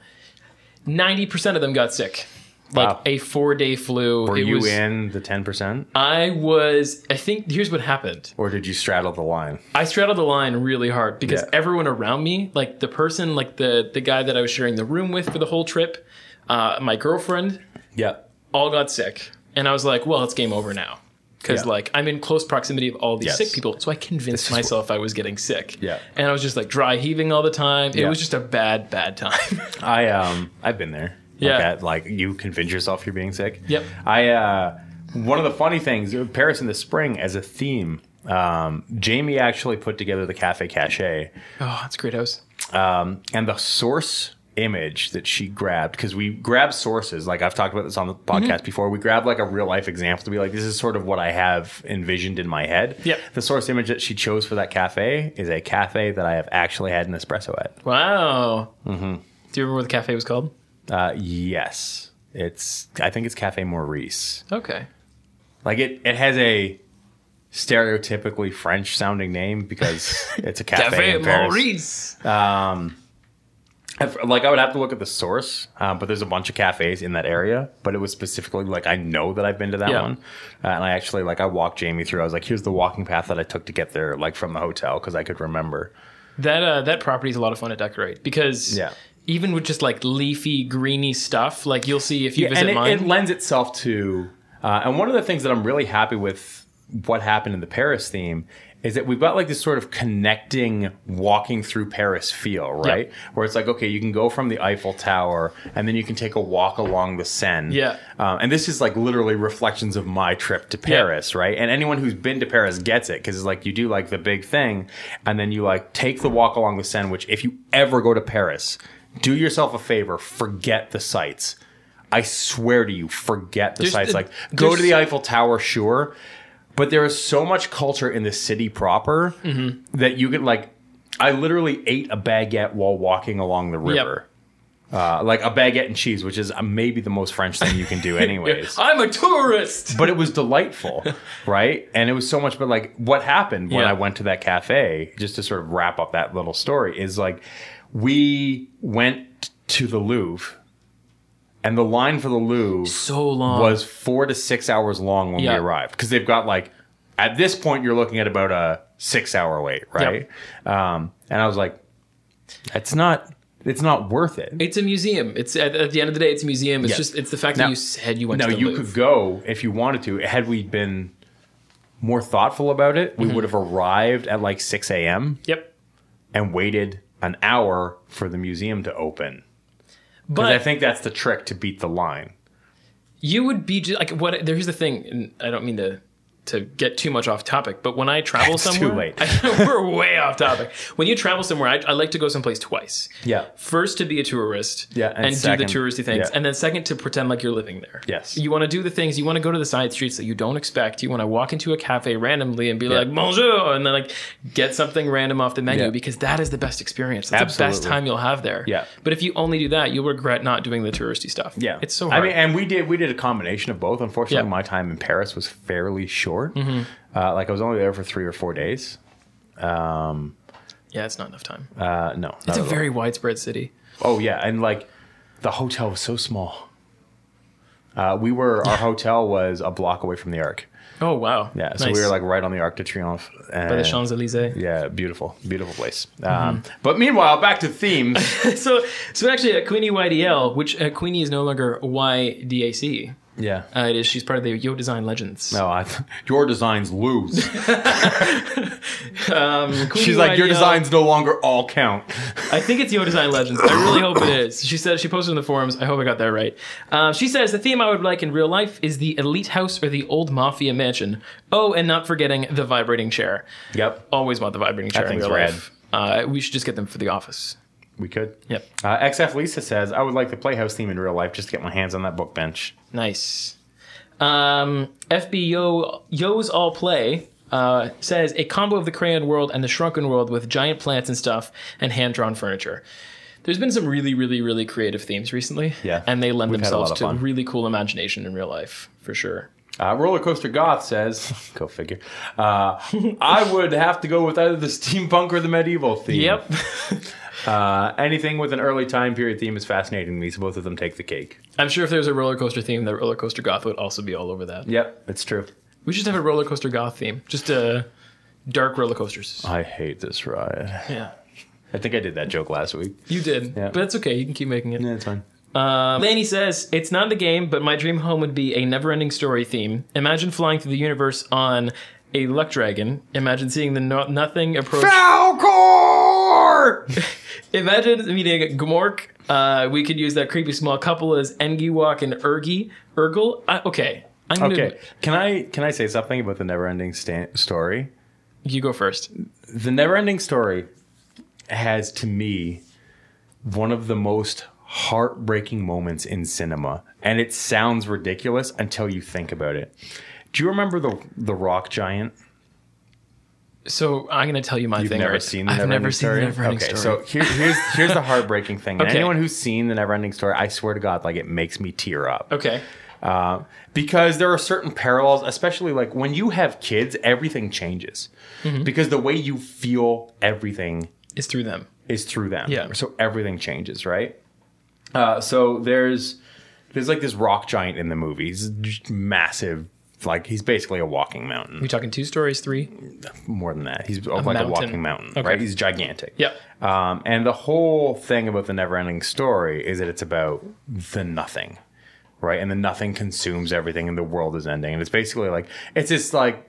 [SPEAKER 2] ninety percent of them got sick, like
[SPEAKER 1] Wow.
[SPEAKER 2] a four day flu.
[SPEAKER 1] Were
[SPEAKER 2] it
[SPEAKER 1] you
[SPEAKER 2] was,
[SPEAKER 1] in the ten percent,
[SPEAKER 2] I was. I think here's what happened.
[SPEAKER 1] or did you straddle the line?
[SPEAKER 2] I straddled the line really hard because
[SPEAKER 1] Yeah.
[SPEAKER 2] everyone around me, like the person, like the the guy that I was sharing the room with for the whole trip, uh, my girlfriend,
[SPEAKER 1] Yeah.
[SPEAKER 2] all got sick, and I was like, well, it's game over now. Because
[SPEAKER 1] Yeah.
[SPEAKER 2] like I'm in close proximity of all these
[SPEAKER 1] Yes.
[SPEAKER 2] sick people, so I convinced
[SPEAKER 1] is
[SPEAKER 2] myself I was getting sick.
[SPEAKER 1] Yeah.
[SPEAKER 2] and I was just like dry heaving all the time. It
[SPEAKER 1] Yeah.
[SPEAKER 2] was just a bad, bad time.
[SPEAKER 1] I um I've been there.
[SPEAKER 2] Yeah.
[SPEAKER 1] Like, that, like you convince yourself you're being sick.
[SPEAKER 2] Yep.
[SPEAKER 1] I uh one of the funny things uh, Paris in the spring as a theme. Um, Jamie actually put together the Cafe Cache,
[SPEAKER 2] oh, that's a great house.
[SPEAKER 1] um, and the source image that she grabbed because we grab sources. Like I've talked about this on the
[SPEAKER 2] Mm-hmm.
[SPEAKER 1] podcast before. We grab like a real life example to be like, this is sort of what I have envisioned in my head.
[SPEAKER 2] Yep.
[SPEAKER 1] The source image that she chose for that cafe is a cafe that I have actually had an espresso at.
[SPEAKER 2] Wow.
[SPEAKER 1] Mm-hmm.
[SPEAKER 2] Do you remember what the cafe was called?
[SPEAKER 1] Uh, yes, it's. I think it's Cafe Maurice.
[SPEAKER 2] Okay.
[SPEAKER 1] Like it, it has a stereotypically French sounding name because it's a cafe, in Paris.
[SPEAKER 2] Maurice.
[SPEAKER 1] I've- Like I would have to look at the source, um, but there's a bunch of cafes in that area. But it was specifically like I know that I've been to that
[SPEAKER 2] Yeah.
[SPEAKER 1] one, uh, and I actually like I walked Jamie through. I was like, here's the walking path that I took to get there, like from the hotel, because I could remember.
[SPEAKER 2] That uh, that property is a lot of fun to decorate because
[SPEAKER 1] Yeah.
[SPEAKER 2] even with just like leafy, greeny stuff, like you'll see if you
[SPEAKER 1] Yeah,
[SPEAKER 2] visit
[SPEAKER 1] and it,
[SPEAKER 2] mine.
[SPEAKER 1] it lends itself to uh, and one of the things that i'm really happy with what happened in the paris theme is that we've got like this sort of connecting walking through paris feel right where it's like okay you can go from the eiffel tower and then you can take a walk along the seine
[SPEAKER 2] Yeah.
[SPEAKER 1] um, and this is like literally reflections of my trip to
[SPEAKER 2] Yeah.
[SPEAKER 1] paris right and anyone who's been to paris gets it because it's like you do like the big thing and then you like take the walk along the seine which if you ever go to paris do yourself a favor forget the sights I swear to you, forget the
[SPEAKER 2] There's-
[SPEAKER 1] sites. Like,
[SPEAKER 2] uh,
[SPEAKER 1] go to
[SPEAKER 2] there's-
[SPEAKER 1] the Eiffel Tower, sure, but there is so much culture in the city proper
[SPEAKER 2] Mm-hmm.
[SPEAKER 1] that you can like. I literally ate a baguette while walking along the river, uh, like a baguette and cheese, which is uh, maybe the most French thing you can do, anyways
[SPEAKER 2] I'm a tourist.
[SPEAKER 1] but it was delightful, right? And it was so much. But like, what happened when
[SPEAKER 2] Yeah.
[SPEAKER 1] I went to that cafe? Just to sort of wrap up that little story is like, we went to the Louvre, and the line for the Louvre
[SPEAKER 2] So long.
[SPEAKER 1] was four to six hours long when
[SPEAKER 2] Yeah.
[SPEAKER 1] we arrived because they've got like at this point you're looking at about a six hour wait, right? Um, and I was like, that's not. It's not worth it.
[SPEAKER 2] It's a museum. It's at, at the end of the day, it's a museum. It's
[SPEAKER 1] Yeah.
[SPEAKER 2] just it's the fact
[SPEAKER 1] Now-
[SPEAKER 2] that you said you went.
[SPEAKER 1] No,
[SPEAKER 2] to the
[SPEAKER 1] you
[SPEAKER 2] Louvre.
[SPEAKER 1] could go if you wanted to. Had we been more thoughtful about it, we
[SPEAKER 2] Mm-hmm.
[SPEAKER 1] would have arrived at like 6 a.m.
[SPEAKER 2] Yep.
[SPEAKER 1] and waited an hour for the museum to open. But I
[SPEAKER 2] But
[SPEAKER 1] think that's the trick to beat the line.
[SPEAKER 2] you would be just like what? There's the thing, and I don't mean to to get too much off topic, but when I travel
[SPEAKER 1] It's too
[SPEAKER 2] somewhere,
[SPEAKER 1] late.
[SPEAKER 2] I- we're way off topic. When you travel somewhere, I, I like to go someplace twice.
[SPEAKER 1] Yeah.
[SPEAKER 2] First to be a tourist,
[SPEAKER 1] Yeah,
[SPEAKER 2] and,
[SPEAKER 1] and second-
[SPEAKER 2] do the touristy things,
[SPEAKER 1] yeah.
[SPEAKER 2] and then second to pretend like you're living there.
[SPEAKER 1] Yes.
[SPEAKER 2] you want to do the things. You want to go to the side streets that you don't expect. You want to walk into a cafe randomly and be like bonjour, and then like get something random off the menu
[SPEAKER 1] Yeah.
[SPEAKER 2] because that is the best experience. That's the best
[SPEAKER 1] Absolutely.
[SPEAKER 2] time you'll have there.
[SPEAKER 1] Yeah.
[SPEAKER 2] but if you only do that, you'll regret not doing the touristy stuff.
[SPEAKER 1] Yeah,
[SPEAKER 2] it's so hard.
[SPEAKER 1] I mean, and we did we did a combination of both. Unfortunately,
[SPEAKER 2] Yeah. Mm-hmm.
[SPEAKER 1] my time in Paris was fairly short. Uh, like I was only there for three or four days.
[SPEAKER 2] yeah, it's not enough time.
[SPEAKER 1] Uh, no, not
[SPEAKER 2] It's
[SPEAKER 1] at
[SPEAKER 2] a
[SPEAKER 1] all.
[SPEAKER 2] very widespread city.
[SPEAKER 1] Oh yeah, and like the hotel was so small. Uh, we were our hotel was a block away from the Arc.
[SPEAKER 2] Oh wow!
[SPEAKER 1] Yeah, so we were like eh. right on the Arc de Triomphe. And
[SPEAKER 2] by the Champs Mm-hmm. Elysees.
[SPEAKER 1] Yeah, beautiful, beautiful place. Um, but meanwhile, back to themes.
[SPEAKER 2] so so actually, at Queenie YDL, which uh, Queenie is no longer YDAC.
[SPEAKER 1] Yeah.
[SPEAKER 2] Uh, it is. She's part of the Yo Design Legends.
[SPEAKER 1] No, I, your designs lose.
[SPEAKER 2] Queen
[SPEAKER 1] She's like, your
[SPEAKER 2] YDL.
[SPEAKER 1] designs no longer all count.
[SPEAKER 2] I think it's Yo Design Legends. I really hope it is. She said she posted in the forums. I hope I got that right. Uh, she says the theme I would like in real life is the elite house or the old mafia mansion. Oh, and not forgetting the vibrating chair.
[SPEAKER 1] Yep.
[SPEAKER 2] Always want the vibrating chair in
[SPEAKER 1] thing's
[SPEAKER 2] real
[SPEAKER 1] rad.
[SPEAKER 2] life. Uh, we should just get them for the office.
[SPEAKER 1] We could.
[SPEAKER 2] Yep.
[SPEAKER 1] Uh, XF Lisa says, I would like the Playhouse theme in real life just to get my hands on that book bench.
[SPEAKER 2] Nice. Um, FBO Yo's All Play uh, says a combo of the crayon world and the shrunken world with giant plants and stuff and hand drawn furniture. There's been some really, really, really creative themes recently.
[SPEAKER 1] Yeah.
[SPEAKER 2] And they lend
[SPEAKER 1] We've had a
[SPEAKER 2] themselves
[SPEAKER 1] lot of
[SPEAKER 2] to
[SPEAKER 1] fun.
[SPEAKER 2] really cool imagination in real life, for sure.
[SPEAKER 1] Uh, Roller Coaster Goth says, go figure, uh, I would have to go with either the steampunk or the medieval theme.
[SPEAKER 2] Yep.
[SPEAKER 1] Uh, anything with an early time period theme is fascinating to me, so both of them take the cake.
[SPEAKER 2] I'm sure if there's a roller coaster theme, the roller coaster goth would also be all over that.
[SPEAKER 1] Yep, it's true.
[SPEAKER 2] We should have a roller coaster goth theme. Just uh, dark roller coasters.
[SPEAKER 1] I hate this ride.
[SPEAKER 2] Yeah.
[SPEAKER 1] I think I did that joke last week.
[SPEAKER 2] You did.
[SPEAKER 1] Yeah.
[SPEAKER 2] But that's okay. You can keep making it.
[SPEAKER 1] Yeah, it's fine.
[SPEAKER 2] Um, Laney says, It's not the game, but my dream home would be a never ending story theme. Imagine flying through the universe on a luck dragon. Imagine seeing the no- nothing approach.
[SPEAKER 1] Falcor!
[SPEAKER 2] Imagine meeting Gmork. Uh, we could use that creepy small couple as Engiwok and Ergi. Urgle? Uh, okay. I'm gonna,
[SPEAKER 1] okay, can I can I say something about the never-ending sta- story?
[SPEAKER 2] You go first.
[SPEAKER 1] The Neverending Story has, to me, one of the most heartbreaking moments in cinema, and it sounds ridiculous until you think about it. Do you remember the the Rock Giant?
[SPEAKER 2] So I'm going to tell you my
[SPEAKER 1] You've
[SPEAKER 2] thing.
[SPEAKER 1] never
[SPEAKER 2] right?
[SPEAKER 1] seen the
[SPEAKER 2] I've
[SPEAKER 1] Neverending
[SPEAKER 2] never seen
[SPEAKER 1] Story.
[SPEAKER 2] the never ending
[SPEAKER 1] okay,
[SPEAKER 2] story.
[SPEAKER 1] so here, here's here's the heartbreaking thing. And
[SPEAKER 2] Okay.
[SPEAKER 1] Anyone who's seen the Neverending Story, I swear to God, like it makes me tear up.
[SPEAKER 2] okay.
[SPEAKER 1] Uh, because there are certain parallels, especially like when you have kids, everything changes
[SPEAKER 2] Mm-hmm.
[SPEAKER 1] because the way you feel everything
[SPEAKER 2] It's through them.
[SPEAKER 1] is through them.
[SPEAKER 2] Yeah.
[SPEAKER 1] So everything changes, right? Uh, so there's there's like this rock giant in the movie. He's just massive. Like he's basically a walking mountain.
[SPEAKER 2] We talking two stories, three?
[SPEAKER 1] More than that, he's like a
[SPEAKER 2] mountain.
[SPEAKER 1] walking mountain,
[SPEAKER 2] Okay.
[SPEAKER 1] right? He's gigantic.
[SPEAKER 2] Yep.
[SPEAKER 1] Um, and the whole thing about the never-ending story is that it's about the nothing, right? And the nothing consumes everything, and the world is ending. And it's basically like it's this like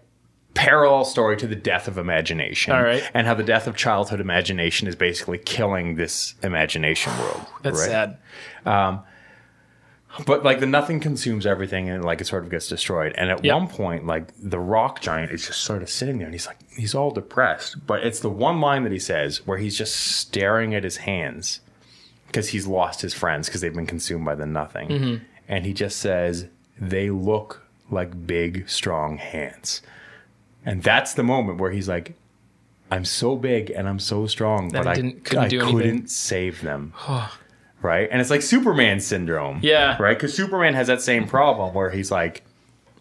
[SPEAKER 1] parallel story to the death of imagination,
[SPEAKER 2] All right.
[SPEAKER 1] And how the death of childhood imagination is basically killing this imagination world.
[SPEAKER 2] That's
[SPEAKER 1] right?
[SPEAKER 2] sad.
[SPEAKER 1] But like the nothing consumes everything, and like it sort of gets destroyed. And at
[SPEAKER 2] Yep.
[SPEAKER 1] one point, like the rock giant is just sort of sitting there, and he's like he's all depressed. But it's the one line that he says where he's just staring at his hands because he's lost his friends because they've been consumed by the nothing,
[SPEAKER 2] Mm-hmm.
[SPEAKER 1] and he just says they look like big, strong hands. And that's the moment where he's like, "I'm so big and I'm so strong, but
[SPEAKER 2] I
[SPEAKER 1] I,
[SPEAKER 2] didn't- couldn't
[SPEAKER 1] I
[SPEAKER 2] do anything."
[SPEAKER 1] couldn't save them." right? And it's like Superman syndrome.
[SPEAKER 2] Yeah.
[SPEAKER 1] Right? Because Superman has that same problem where he's like,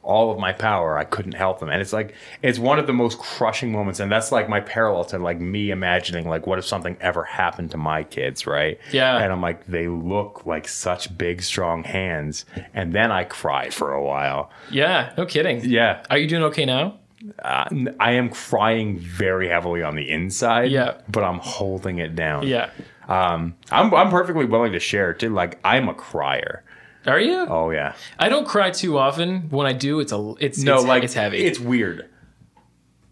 [SPEAKER 1] all of my power, I couldn't help them. And it's like, it's one of the most crushing moments. And that's like my parallel to like me imagining, like, what if something ever happened to my kids, right?
[SPEAKER 2] Yeah.
[SPEAKER 1] And I'm like, they look like such big, strong hands. And then I cried for a while.
[SPEAKER 2] Yeah. No kidding.
[SPEAKER 1] Yeah.
[SPEAKER 2] Are you doing okay now?
[SPEAKER 1] I, I am crying very heavily on the inside.
[SPEAKER 2] Yeah.
[SPEAKER 1] But I'm holding it down.
[SPEAKER 2] Yeah.
[SPEAKER 1] Um, I'm, I'm perfectly willing to share it too. Like, I'm a crier.
[SPEAKER 2] Are you?
[SPEAKER 1] Oh, yeah.
[SPEAKER 2] I don't cry too often. When I do, it's a it's
[SPEAKER 1] No,
[SPEAKER 2] it's,
[SPEAKER 1] like
[SPEAKER 2] it's heavy.
[SPEAKER 1] It's weird.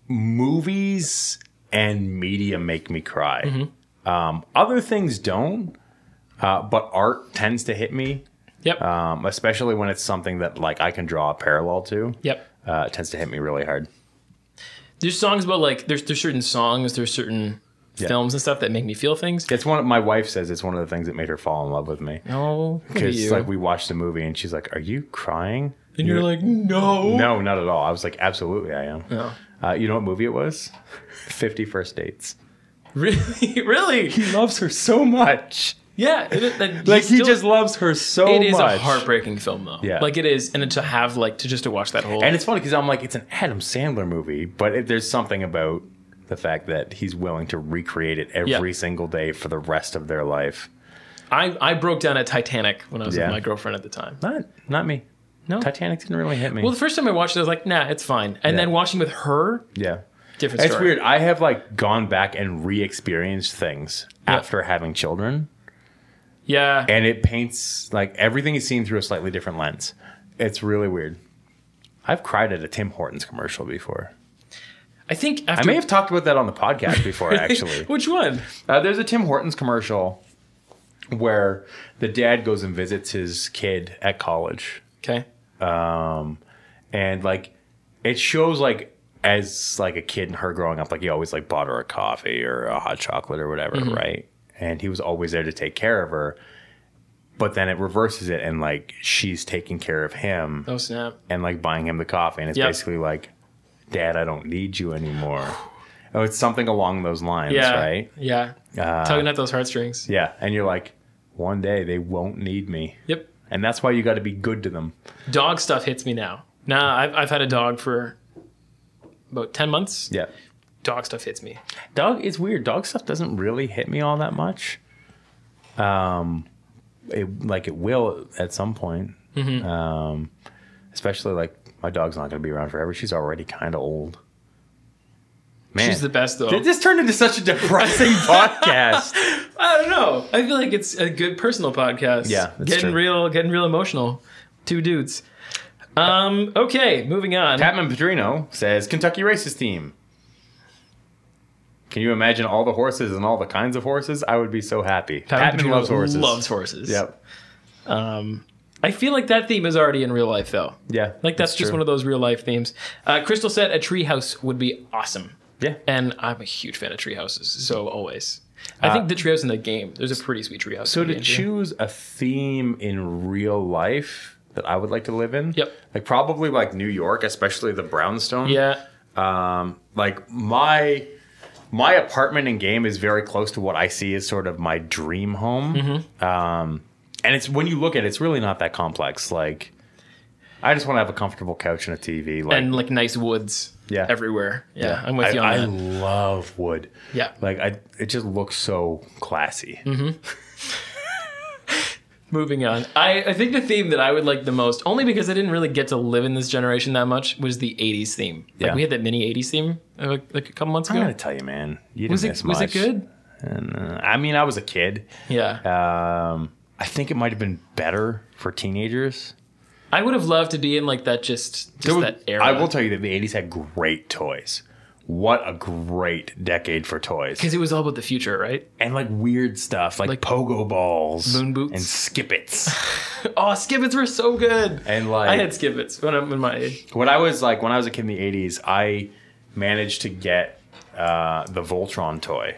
[SPEAKER 1] Movies and media make me cry.
[SPEAKER 2] Mm-hmm.
[SPEAKER 1] Um, other things don't, uh, but art tends to hit me,
[SPEAKER 2] yep,
[SPEAKER 1] um, especially when it's something that like I can draw a parallel to.
[SPEAKER 2] yep.
[SPEAKER 1] Uh, it tends to hit me really hard.
[SPEAKER 2] There's songs about like there's there's certain songs, there's certain
[SPEAKER 1] Yeah.
[SPEAKER 2] films and stuff that make me feel things.
[SPEAKER 1] It's one. My wife says it's one of the things that made her fall in love with me
[SPEAKER 2] No, Oh, look at
[SPEAKER 1] because
[SPEAKER 2] you.
[SPEAKER 1] like we watched the movie and she's like, "Are you crying?"
[SPEAKER 2] and you're like no.
[SPEAKER 1] "No, not at all." I was like, "Absolutely, I am."
[SPEAKER 2] No.
[SPEAKER 1] Uh, you know what movie it was? Fifty First Dates.
[SPEAKER 2] really, really,
[SPEAKER 1] He loves her so much.
[SPEAKER 2] yeah. It, is- that-
[SPEAKER 1] like
[SPEAKER 2] he's
[SPEAKER 1] he
[SPEAKER 2] still-
[SPEAKER 1] just loves her so
[SPEAKER 2] it is
[SPEAKER 1] much.
[SPEAKER 2] a heartbreaking film though.
[SPEAKER 1] Yeah.
[SPEAKER 2] like it is, and to have like to just to watch that whole
[SPEAKER 1] And it's funny because I'm like, it's an Adam Sandler movie, but it, there's something about the fact that he's willing to recreate it every
[SPEAKER 2] Yeah.
[SPEAKER 1] single day for the rest of their life.
[SPEAKER 2] I I broke down at Titanic when I was
[SPEAKER 1] Yeah.
[SPEAKER 2] with my girlfriend at the time.
[SPEAKER 1] Not, not me.
[SPEAKER 2] No.
[SPEAKER 1] Titanic didn't really hit me.
[SPEAKER 2] Well, the first time I watched it, I was like, nah, it's fine. And
[SPEAKER 1] Yeah.
[SPEAKER 2] then watching with her,
[SPEAKER 1] yeah,
[SPEAKER 2] different.
[SPEAKER 1] it's
[SPEAKER 2] story.
[SPEAKER 1] weird. I have like gone back and re-experienced things
[SPEAKER 2] Yeah.
[SPEAKER 1] after having children,
[SPEAKER 2] Yeah,
[SPEAKER 1] and it paints like everything is seen through a slightly different lens. It's really weird. I've cried at a Tim Hortons commercial before.
[SPEAKER 2] I think
[SPEAKER 1] I
[SPEAKER 2] after
[SPEAKER 1] may have talked about that on the podcast before, actually.
[SPEAKER 2] which one?
[SPEAKER 1] Uh, there's a Tim Hortons commercial where the dad goes and visits his kid at college,
[SPEAKER 2] Okay.
[SPEAKER 1] and like it shows like as like a kid and her growing up, like he always like bought her a coffee or a hot chocolate or whatever, right? And he was always there to take care of her. But then it reverses it, and like she's taking care of him
[SPEAKER 2] Oh snap.
[SPEAKER 1] and like buying him the coffee, and it's
[SPEAKER 2] Yep.
[SPEAKER 1] basically like, "Dad, I don't need you anymore." Oh, it's something along those lines,
[SPEAKER 2] Yeah.
[SPEAKER 1] right? Uh,
[SPEAKER 2] Yeah. Tugging at those heartstrings.
[SPEAKER 1] Yeah, and you're like, one day they won't need me,
[SPEAKER 2] Yep.
[SPEAKER 1] and that's why you got to be good to them.
[SPEAKER 2] Dog stuff hits me now. Nah, I've I've had a dog for about ten months.
[SPEAKER 1] Yeah,
[SPEAKER 2] Dog stuff hits me.
[SPEAKER 1] dog. It's weird. Dog stuff doesn't really hit me all that much. Um, it like it will at some point.
[SPEAKER 2] Mm-hmm.
[SPEAKER 1] Um, especially like my dog's not going to be around forever. She's already kind of old. Man,
[SPEAKER 2] She's the best though.
[SPEAKER 1] Th- this turned into such a depressing podcast.
[SPEAKER 2] I don't know. I feel like it's a good personal podcast.
[SPEAKER 1] Yeah, that's
[SPEAKER 2] getting
[SPEAKER 1] true.
[SPEAKER 2] real, getting real emotional. Two dudes. Um. Okay, moving on.
[SPEAKER 1] Patman Pedrino says Kentucky racist theme. Can you imagine all the horses and all the kinds of horses? I would be so happy. Patman,
[SPEAKER 2] Pedrino
[SPEAKER 1] loves horses.
[SPEAKER 2] Loves horses.
[SPEAKER 1] Yep.
[SPEAKER 2] I feel like that theme is already in real life though.
[SPEAKER 1] Yeah.
[SPEAKER 2] Like that's, just one of those real life themes. Uh, Crystal said a treehouse would be awesome,
[SPEAKER 1] Yeah.
[SPEAKER 2] and I'm a huge fan of treehouses. So always, I think the treehouse in the game. There's a pretty sweet treehouse.
[SPEAKER 1] Uh, So
[SPEAKER 2] in the
[SPEAKER 1] to
[SPEAKER 2] game, too.
[SPEAKER 1] choose a theme in real life that I would like to live in.
[SPEAKER 2] Yep.
[SPEAKER 1] Like probably like New York, especially the brownstone.
[SPEAKER 2] Yeah.
[SPEAKER 1] Like my my apartment in game is very close to what I see as sort of my dream home.
[SPEAKER 2] Mm-hmm.
[SPEAKER 1] Um, and it's when you look at it, it's really not that complex. Like I just want to have a comfortable couch and a TV. Like
[SPEAKER 2] and like nice woods.
[SPEAKER 1] Yeah.
[SPEAKER 2] Everywhere. Yeah. I'm with
[SPEAKER 1] I,
[SPEAKER 2] you on
[SPEAKER 1] I
[SPEAKER 2] that.
[SPEAKER 1] love wood.
[SPEAKER 2] yeah.
[SPEAKER 1] Like I, it just looks so classy.
[SPEAKER 2] Mm-hmm. Moving on. I, I think the theme that I would like the most, only because I didn't really get to live in this generation that much, was the 80s theme. Like
[SPEAKER 1] Yeah.
[SPEAKER 2] we had that mini 80s theme uh, like, like a couple months
[SPEAKER 1] I'm
[SPEAKER 2] ago.
[SPEAKER 1] gonna tell you, man. You didn't
[SPEAKER 2] Was it
[SPEAKER 1] miss
[SPEAKER 2] was it
[SPEAKER 1] much.
[SPEAKER 2] good?
[SPEAKER 1] And, uh, I mean, I was a kid.
[SPEAKER 2] Yeah.
[SPEAKER 1] Um, I think it might have been better for teenagers.
[SPEAKER 2] I would have loved to be in like that just, just
[SPEAKER 1] There was-
[SPEAKER 2] that era.
[SPEAKER 1] I will tell you that the '80s had great toys. What a great decade for toys
[SPEAKER 2] because it was all about the future, right?
[SPEAKER 1] and like weird stuff like,
[SPEAKER 2] Like
[SPEAKER 1] pogo balls,
[SPEAKER 2] moon boots?
[SPEAKER 1] and skippets.
[SPEAKER 2] Oh, skibbits were so good.
[SPEAKER 1] And, like-
[SPEAKER 2] I had skibbits when I'm in my age.
[SPEAKER 1] When I was like when I was a kid in the '80s, I managed to get uh, the Voltron toy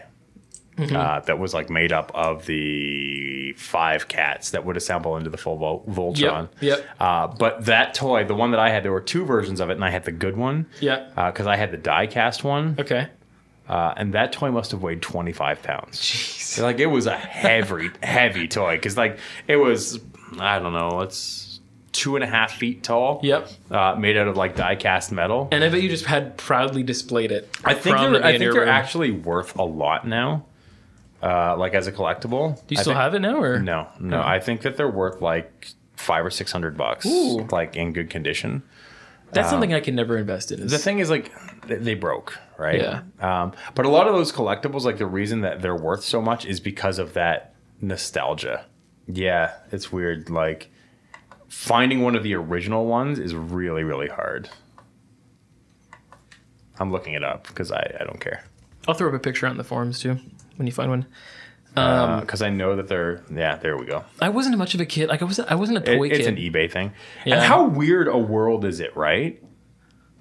[SPEAKER 2] Mm-hmm.
[SPEAKER 1] uh, that was like made up of the five cats that would assemble into the full Vol- Voltron.
[SPEAKER 2] yep.
[SPEAKER 1] Uh, but that toy, the one that I had, there were two versions of it, and I had the good one.
[SPEAKER 2] Yeah.
[SPEAKER 1] Because I had the die-cast one,
[SPEAKER 2] Okay.
[SPEAKER 1] uh, and that toy must have weighed 25 pounds.
[SPEAKER 2] Jeez.
[SPEAKER 1] Like it was a heavy, heavy toy. Because like it was, I don't know, it's two and a half feet tall.
[SPEAKER 2] Yep.
[SPEAKER 1] Uh, made out of like die-cast metal.
[SPEAKER 2] And I bet you just had proudly displayed it.
[SPEAKER 1] I think
[SPEAKER 2] prominently
[SPEAKER 1] they're, I
[SPEAKER 2] in
[SPEAKER 1] think
[SPEAKER 2] your
[SPEAKER 1] they're
[SPEAKER 2] room.
[SPEAKER 1] actually worth a lot now. Uh, like as a collectible.
[SPEAKER 2] Do you
[SPEAKER 1] I
[SPEAKER 2] still
[SPEAKER 1] think-
[SPEAKER 2] have it now, or
[SPEAKER 1] No, no. I think that they're worth like five or six hundred bucks,
[SPEAKER 2] Ooh.
[SPEAKER 1] like in good condition.
[SPEAKER 2] that's something I can never invest in? Is
[SPEAKER 1] The thing is, like, th- they broke, right?
[SPEAKER 2] Yeah.
[SPEAKER 1] Um, but a lot of those collectibles, like, the reason that they're worth so much is because of that nostalgia. Yeah, it's weird. Like, finding one of the original ones is really, really hard. I'm looking it up because I, I don't care.
[SPEAKER 2] I'll throw up a picture out in the forums too when you find one. Um,
[SPEAKER 1] because Uh, I know that they're yeah. There we go.
[SPEAKER 2] I wasn't much of a kid. Like I wasn't. I wasn't a
[SPEAKER 1] It-
[SPEAKER 2] toy
[SPEAKER 1] it's an e-
[SPEAKER 2] kid.
[SPEAKER 1] eBay thing.
[SPEAKER 2] Yeah.
[SPEAKER 1] And how weird a world is it, right?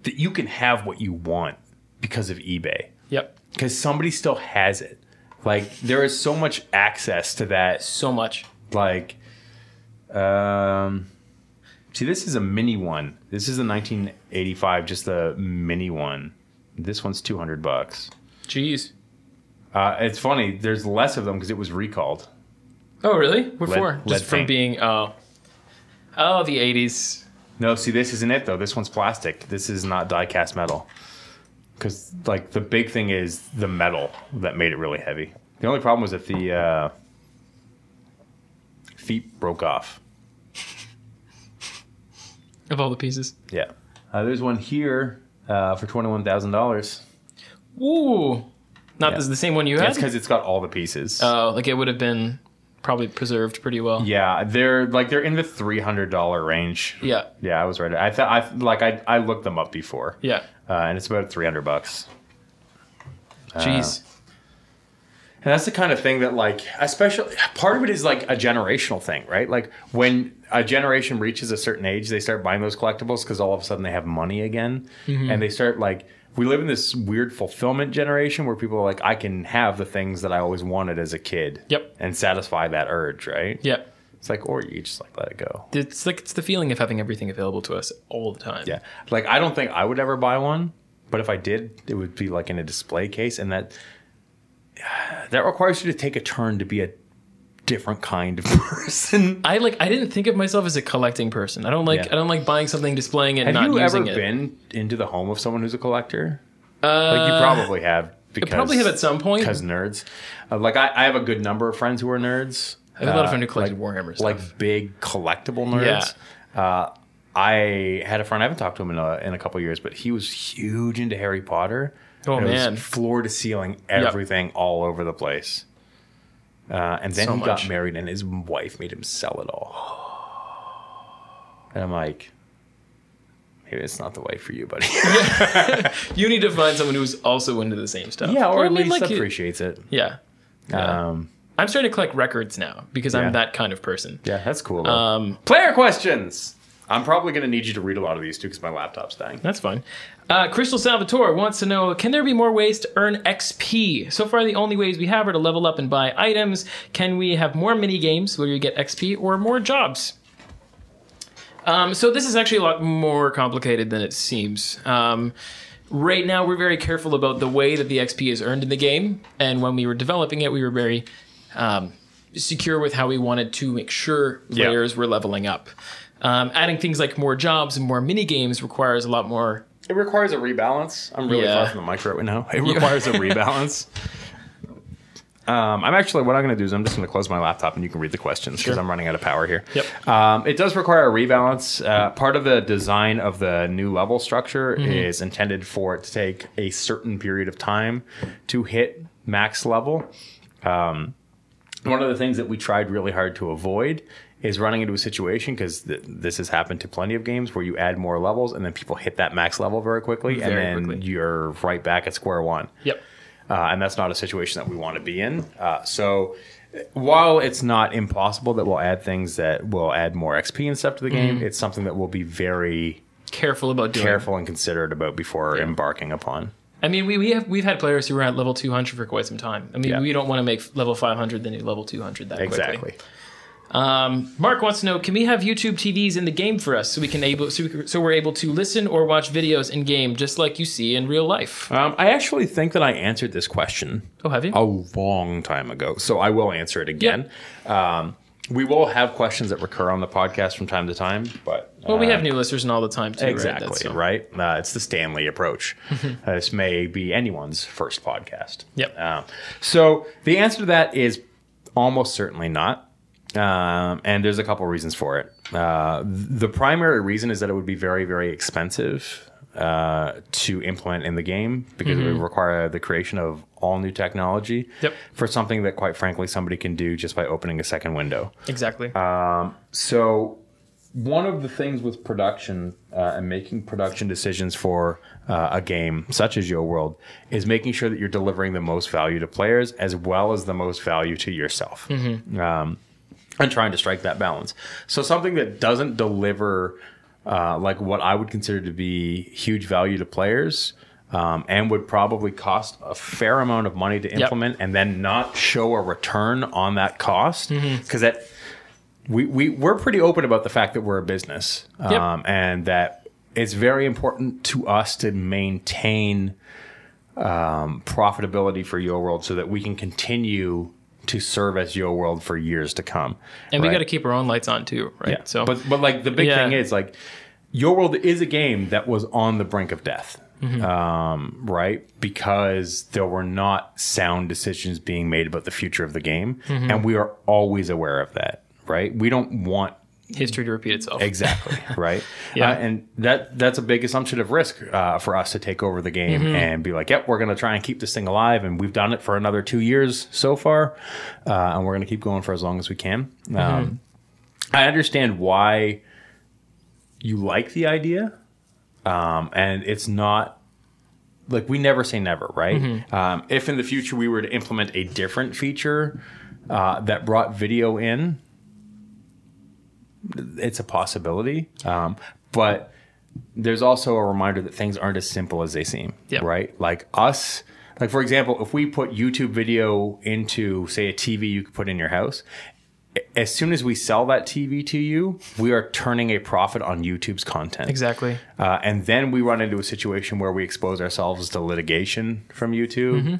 [SPEAKER 1] That you can have what you want because of eBay,
[SPEAKER 2] yep.
[SPEAKER 1] because somebody still has it. Like there is so much access to that.
[SPEAKER 2] So much.
[SPEAKER 1] Like, um, see, this is a mini one. This is a 1985, just the mini one. This one's 200 bucks.
[SPEAKER 2] Jeez.
[SPEAKER 1] Uh, it's funny. There's less of them because it was recalled.
[SPEAKER 2] Oh really? What
[SPEAKER 1] Lead-
[SPEAKER 2] for?
[SPEAKER 1] lead
[SPEAKER 2] Just from
[SPEAKER 1] paint.
[SPEAKER 2] being oh, oh the eighties.
[SPEAKER 1] No, see, this isn't it though. This one's plastic. This is not die-cast metal. Because like the big thing is the metal that made it really heavy. The only problem was that the uh, feet broke off.
[SPEAKER 2] Of all the pieces.
[SPEAKER 1] Yeah. Uh, there's one here uh, for twenty-one thousand dollars.
[SPEAKER 2] Ooh. Not
[SPEAKER 1] Yeah.
[SPEAKER 2] this, the same one you
[SPEAKER 1] That's
[SPEAKER 2] had. Uh,
[SPEAKER 1] because it's got all the pieces.
[SPEAKER 2] Oh, like it would have been probably preserved pretty well.
[SPEAKER 1] Yeah, they're like they're in the three hundred dollar range.
[SPEAKER 2] Yeah.
[SPEAKER 1] Yeah, I was right. I thought I like I I looked them up before.
[SPEAKER 2] Yeah.
[SPEAKER 1] uh, and it's about three hundred bucks.
[SPEAKER 2] Jeez.
[SPEAKER 1] Uh. And that's the kind of thing that, like, especially part of it is like a generational thing, right? Like, when a generation reaches a certain age, they start buying those collectibles because all of a sudden they have money again. And they start, like, we live in this weird fulfillment generation where people are like, I can have the things that I always wanted as a kid.
[SPEAKER 2] Yep.
[SPEAKER 1] And satisfy that urge, right?
[SPEAKER 2] yeah.
[SPEAKER 1] It's like, or you just, like, let it go.
[SPEAKER 2] It's like it's the feeling of having everything available to us all the time.
[SPEAKER 1] Yeah. Like, I don't think I would ever buy one, but if I did, it would be, like, in a display case. And that, that requires you to take a turn to be a different kind of person.
[SPEAKER 2] I like I didn't think of myself as a collecting person. I don't like
[SPEAKER 1] Yeah.
[SPEAKER 2] I don't like buying something, displaying it,
[SPEAKER 1] Have
[SPEAKER 2] not
[SPEAKER 1] you ever
[SPEAKER 2] using it.
[SPEAKER 1] been into the home of someone who's a collector?
[SPEAKER 2] Uh,
[SPEAKER 1] Like you probably have. Because,
[SPEAKER 2] probably have at some point.
[SPEAKER 1] Because nerds. Uh, like I, I have a good number of friends who are nerds.
[SPEAKER 2] I have a lot of
[SPEAKER 1] Uh,
[SPEAKER 2] friends who collected Warhammer stuff.
[SPEAKER 1] Like big collectible nerds. Uh, I had a friend, I haven't talked to him in a, in a couple years, but he was huge into Harry Potter.
[SPEAKER 2] Oh,
[SPEAKER 1] And it was
[SPEAKER 2] man.
[SPEAKER 1] floor to ceiling, everything all over the place. Uh, and then
[SPEAKER 2] So
[SPEAKER 1] he
[SPEAKER 2] much.
[SPEAKER 1] got married, and his wife made him sell it all. And I'm like, maybe it's not the way for you, buddy.
[SPEAKER 2] you need to find someone who's also into the same stuff.
[SPEAKER 1] yeah, or,
[SPEAKER 2] I
[SPEAKER 1] at
[SPEAKER 2] mean,
[SPEAKER 1] least
[SPEAKER 2] like, you-
[SPEAKER 1] appreciates it.
[SPEAKER 2] Yeah. Yeah.
[SPEAKER 1] Um,
[SPEAKER 2] I'm starting to collect records now because
[SPEAKER 1] Yeah.
[SPEAKER 2] I'm that kind of person.
[SPEAKER 1] yeah, that's cool. though.
[SPEAKER 2] Um,
[SPEAKER 1] Player questions. I'm probably going to need you to read a lot of these too because my laptop's dying.
[SPEAKER 2] that's fine. Uh, Crystal Salvatore wants to know Can there be more ways to earn XP? So far, the only ways we have are to level up and buy items. Can we have more mini games where you get XP or more jobs? Um, so, this is actually a lot more complicated than it seems. Um, right now, we're very careful about the way that the XP is earned in the game. And when we were developing it, we were very um, secure with how we wanted to make sure
[SPEAKER 1] Yeah.
[SPEAKER 2] layers were leveling up. Um, adding things like more jobs and more mini games requires a lot more
[SPEAKER 1] It requires a rebalance. I'm really
[SPEAKER 2] Yeah.
[SPEAKER 1] far from the mic right now. It requires a rebalance. Um, I'm actually what I'm going to do is I'm just going to close my laptop and you can read the questions because
[SPEAKER 2] Sure.
[SPEAKER 1] I'm running out of power here.
[SPEAKER 2] Yep.
[SPEAKER 1] Um, it does require a rebalance. Uh, part of the design of the new level structure
[SPEAKER 2] Mm-hmm.
[SPEAKER 1] is intended for it to take a certain period of time to hit max level. one of the things that we tried really hard to avoid is running into a situation because th- this has happened to plenty of games where you add more levels and then people hit that max level very quickly
[SPEAKER 2] Very
[SPEAKER 1] and then
[SPEAKER 2] quickly.
[SPEAKER 1] you're right back at square one.
[SPEAKER 2] Yep.
[SPEAKER 1] Uh, and that's not a situation that we want to be in. Uh, so uh, while it's not impossible that we'll add things that will add more XP and stuff to the game,
[SPEAKER 2] Mm-hmm.
[SPEAKER 1] it's something that we'll be very
[SPEAKER 2] Careful about doing.
[SPEAKER 1] careful and considerate about before embarking upon.
[SPEAKER 2] I mean, we, we have we've had players who were at level 200 for quite some time. I mean,
[SPEAKER 1] Yeah.
[SPEAKER 2] we don't want to make level 500 the new level 200 that quickly.
[SPEAKER 1] Exactly.
[SPEAKER 2] Um, Mark wants to know: Can we have YouTube TVs in the game for us so we can able so, we, can- so we're able to listen or watch videos in game just like you see in real life?
[SPEAKER 1] Um, I actually think that I answered this question.
[SPEAKER 2] Oh, have you?
[SPEAKER 1] a long time ago. So I will answer it again. Um, we will have questions that recur on the podcast from time to time, but uh,
[SPEAKER 2] well, we have new listeners and all the time too. right? That's
[SPEAKER 1] exactly
[SPEAKER 2] so-
[SPEAKER 1] right. Uh, it's the Stanley approach. Uh, this may be anyone's first podcast.
[SPEAKER 2] Yep.
[SPEAKER 1] Um, so the answer to that is almost certainly not. Um, and there's a couple reasons for it. Uh, th- the primary reason is that it would be very, very expensive uh, to implement in the game because it would require the creation of all new technology
[SPEAKER 2] Mm-hmm. Yep.
[SPEAKER 1] for something that, quite frankly, somebody can do just by opening a second window.
[SPEAKER 2] Exactly.
[SPEAKER 1] Uh, So, one of the things with production uh, and making production decisions for uh, a game such as Yo World is making sure that you're delivering the most value to players as well as the most value to yourself. Um, and trying to strike that balance. So, something that doesn't deliver uh, like what I would consider to be huge value to players. Um, and would probably cost a fair amount of money to implement and then not show a return on that cost because that we, we we're pretty open about the fact that we're a business um,
[SPEAKER 2] Yep.
[SPEAKER 1] and that it's very important to us to maintain um, profitability for Yo World so that we can continue to serve as Yo World for years to come.
[SPEAKER 2] and we
[SPEAKER 1] right?
[SPEAKER 2] got to keep our own lights on too, right?
[SPEAKER 1] Yeah.
[SPEAKER 2] So,
[SPEAKER 1] but but like the big
[SPEAKER 2] Yeah.
[SPEAKER 1] thing is like Your World is a game that was on the brink of death.
[SPEAKER 2] Mm-hmm.
[SPEAKER 1] Um, right? Because there were not sound decisions
[SPEAKER 2] Mm-hmm.
[SPEAKER 1] being made about the future of the game and we are always aware of that, right? We don't want
[SPEAKER 2] history to repeat itself.
[SPEAKER 1] Exactly. Right.
[SPEAKER 2] Yeah.
[SPEAKER 1] Uh, and that that's a big assumption of risk uh, for us to take over the game and be like, yep, we're going to try and keep this thing alive. And we've done it for another two years so far. Uh, and we're going to keep going for as long as we can. Um, I understand why you like the idea. Um, and it's not like we never say never, right? Um, if in the future we were to implement a different feature uh, that brought video in, it's a possibility. Um, but there's also a reminder that things aren't as simple as they seem,
[SPEAKER 2] Yep.
[SPEAKER 1] right? Like us, like for example, if we put YouTube video into, say, a TV you could put in your house, a- as soon as we sell that TV to you, we are turning a profit on YouTube's content.
[SPEAKER 2] Exactly.
[SPEAKER 1] Uh, and then we run into a situation where we expose ourselves to litigation from YouTube,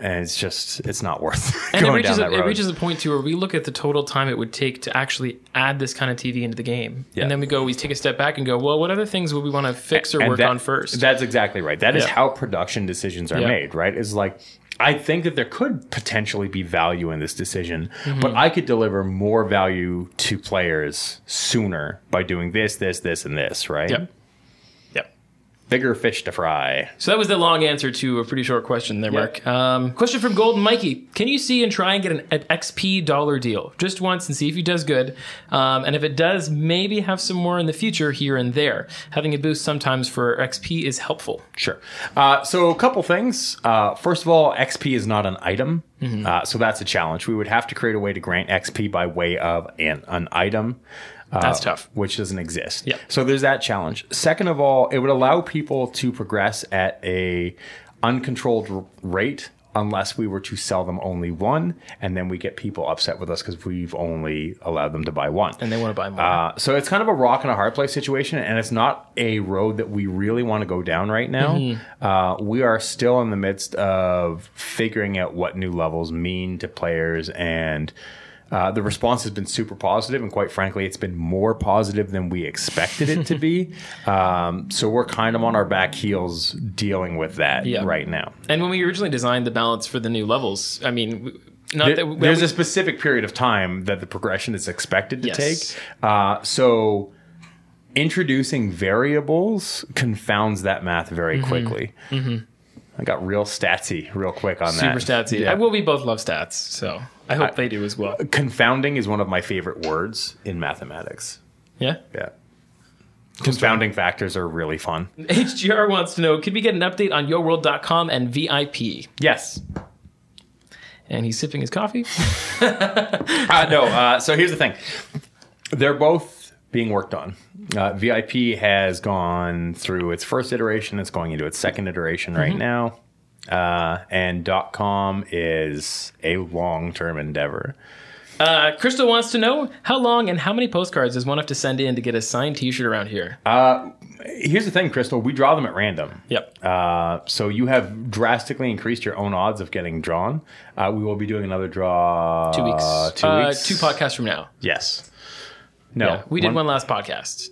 [SPEAKER 1] and it's just it's not worth
[SPEAKER 2] Mm-hmm. And it
[SPEAKER 1] going
[SPEAKER 2] reaches,
[SPEAKER 1] down
[SPEAKER 2] a,
[SPEAKER 1] that road.
[SPEAKER 2] it reaches a point too where we look at the total time it would take to actually add this kind of TV into the game,
[SPEAKER 1] Yeah.
[SPEAKER 2] and then we go, we take a step back and go, well, what other things would we want to fix or
[SPEAKER 1] And
[SPEAKER 2] work
[SPEAKER 1] that-
[SPEAKER 2] on first?
[SPEAKER 1] That's exactly right. That is
[SPEAKER 2] Yeah.
[SPEAKER 1] how production decisions are
[SPEAKER 2] Yeah.
[SPEAKER 1] made, right? Is like I think that there could potentially be value in this decision,
[SPEAKER 2] Mm-hmm.
[SPEAKER 1] but I could deliver more value to players sooner by doing this, this, this, and this, right?
[SPEAKER 2] yep. Yep.
[SPEAKER 1] Bigger fish to fry.
[SPEAKER 2] So that was the long answer to a pretty short question there, Mark. Um, question from Golden Mikey: Can you see and try and get an, an XP dollar deal just once and see if he does good? Um, and if it does, maybe have some more in the future here and there. Having a boost sometimes for XP is helpful.
[SPEAKER 1] Sure. Uh, so, a couple things. Uh, first of all, XP is not an item, uh, so that's a challenge. We would have to create a way to grant XP by way of an, an item. uh,
[SPEAKER 2] That's tough.
[SPEAKER 1] Which doesn't exist.
[SPEAKER 2] Yeah.
[SPEAKER 1] So there's that challenge. Second of all, it would allow people to progress at a uncontrolled r- rate unless we were to sell them only one, and then we get people upset with us because we've only allowed them to buy one.
[SPEAKER 2] And they want to buy more.
[SPEAKER 1] Uh, so it's kind of a rock and a hard place situation, and it's not a road that we really want to go down right now. Uh, we are still in the midst of figuring out what new levels mean to players, and uh, the response has been super positive, and quite frankly, it's been more positive than we expected it to be. Um, so we're kind of on our back heels dealing with that
[SPEAKER 2] Yeah.
[SPEAKER 1] right now.
[SPEAKER 2] and when we originally designed the balance for the new levels, I mean, w- not that we,
[SPEAKER 1] there's a specific period of time that the progression is expected to
[SPEAKER 2] Yes.
[SPEAKER 1] take. Uh, so introducing variables confounds that math very
[SPEAKER 2] Mm-hmm.
[SPEAKER 1] quickly. I got real statsy real quick on
[SPEAKER 2] super
[SPEAKER 1] that.
[SPEAKER 2] statsy.
[SPEAKER 1] Yeah.
[SPEAKER 2] I will. We both love stats, so I hope they do as well.
[SPEAKER 1] Confounding is one of my favorite words in mathematics.
[SPEAKER 2] Yeah.
[SPEAKER 1] Yeah. Confounding factors are really fun.
[SPEAKER 2] HGR wants to know: Could we get an update on YoWorld.com and VIP?
[SPEAKER 1] Yes.
[SPEAKER 2] And he's sipping his coffee.
[SPEAKER 1] uh, no. Uh, so here's the thing. They're both being worked on. Uh, VIP has gone through its first iteration. It's going into its second iteration
[SPEAKER 2] Mm-hmm.
[SPEAKER 1] right now. Uh, and .com is a long-term endeavor.
[SPEAKER 2] Uh, Crystal wants to know how long and how many postcards does one have to send in to get a signed T-shirt around here?
[SPEAKER 1] Uh, Here's the thing, Crystal. We draw them at random.
[SPEAKER 2] yep.
[SPEAKER 1] Uh, so you have drastically increased your own odds of getting drawn. Uh, we will be doing another draw
[SPEAKER 2] Two weeks.
[SPEAKER 1] Two
[SPEAKER 2] Uh,
[SPEAKER 1] weeks.
[SPEAKER 2] Two podcasts from now.
[SPEAKER 1] Yes. No.
[SPEAKER 2] Yeah, we did one, last podcast.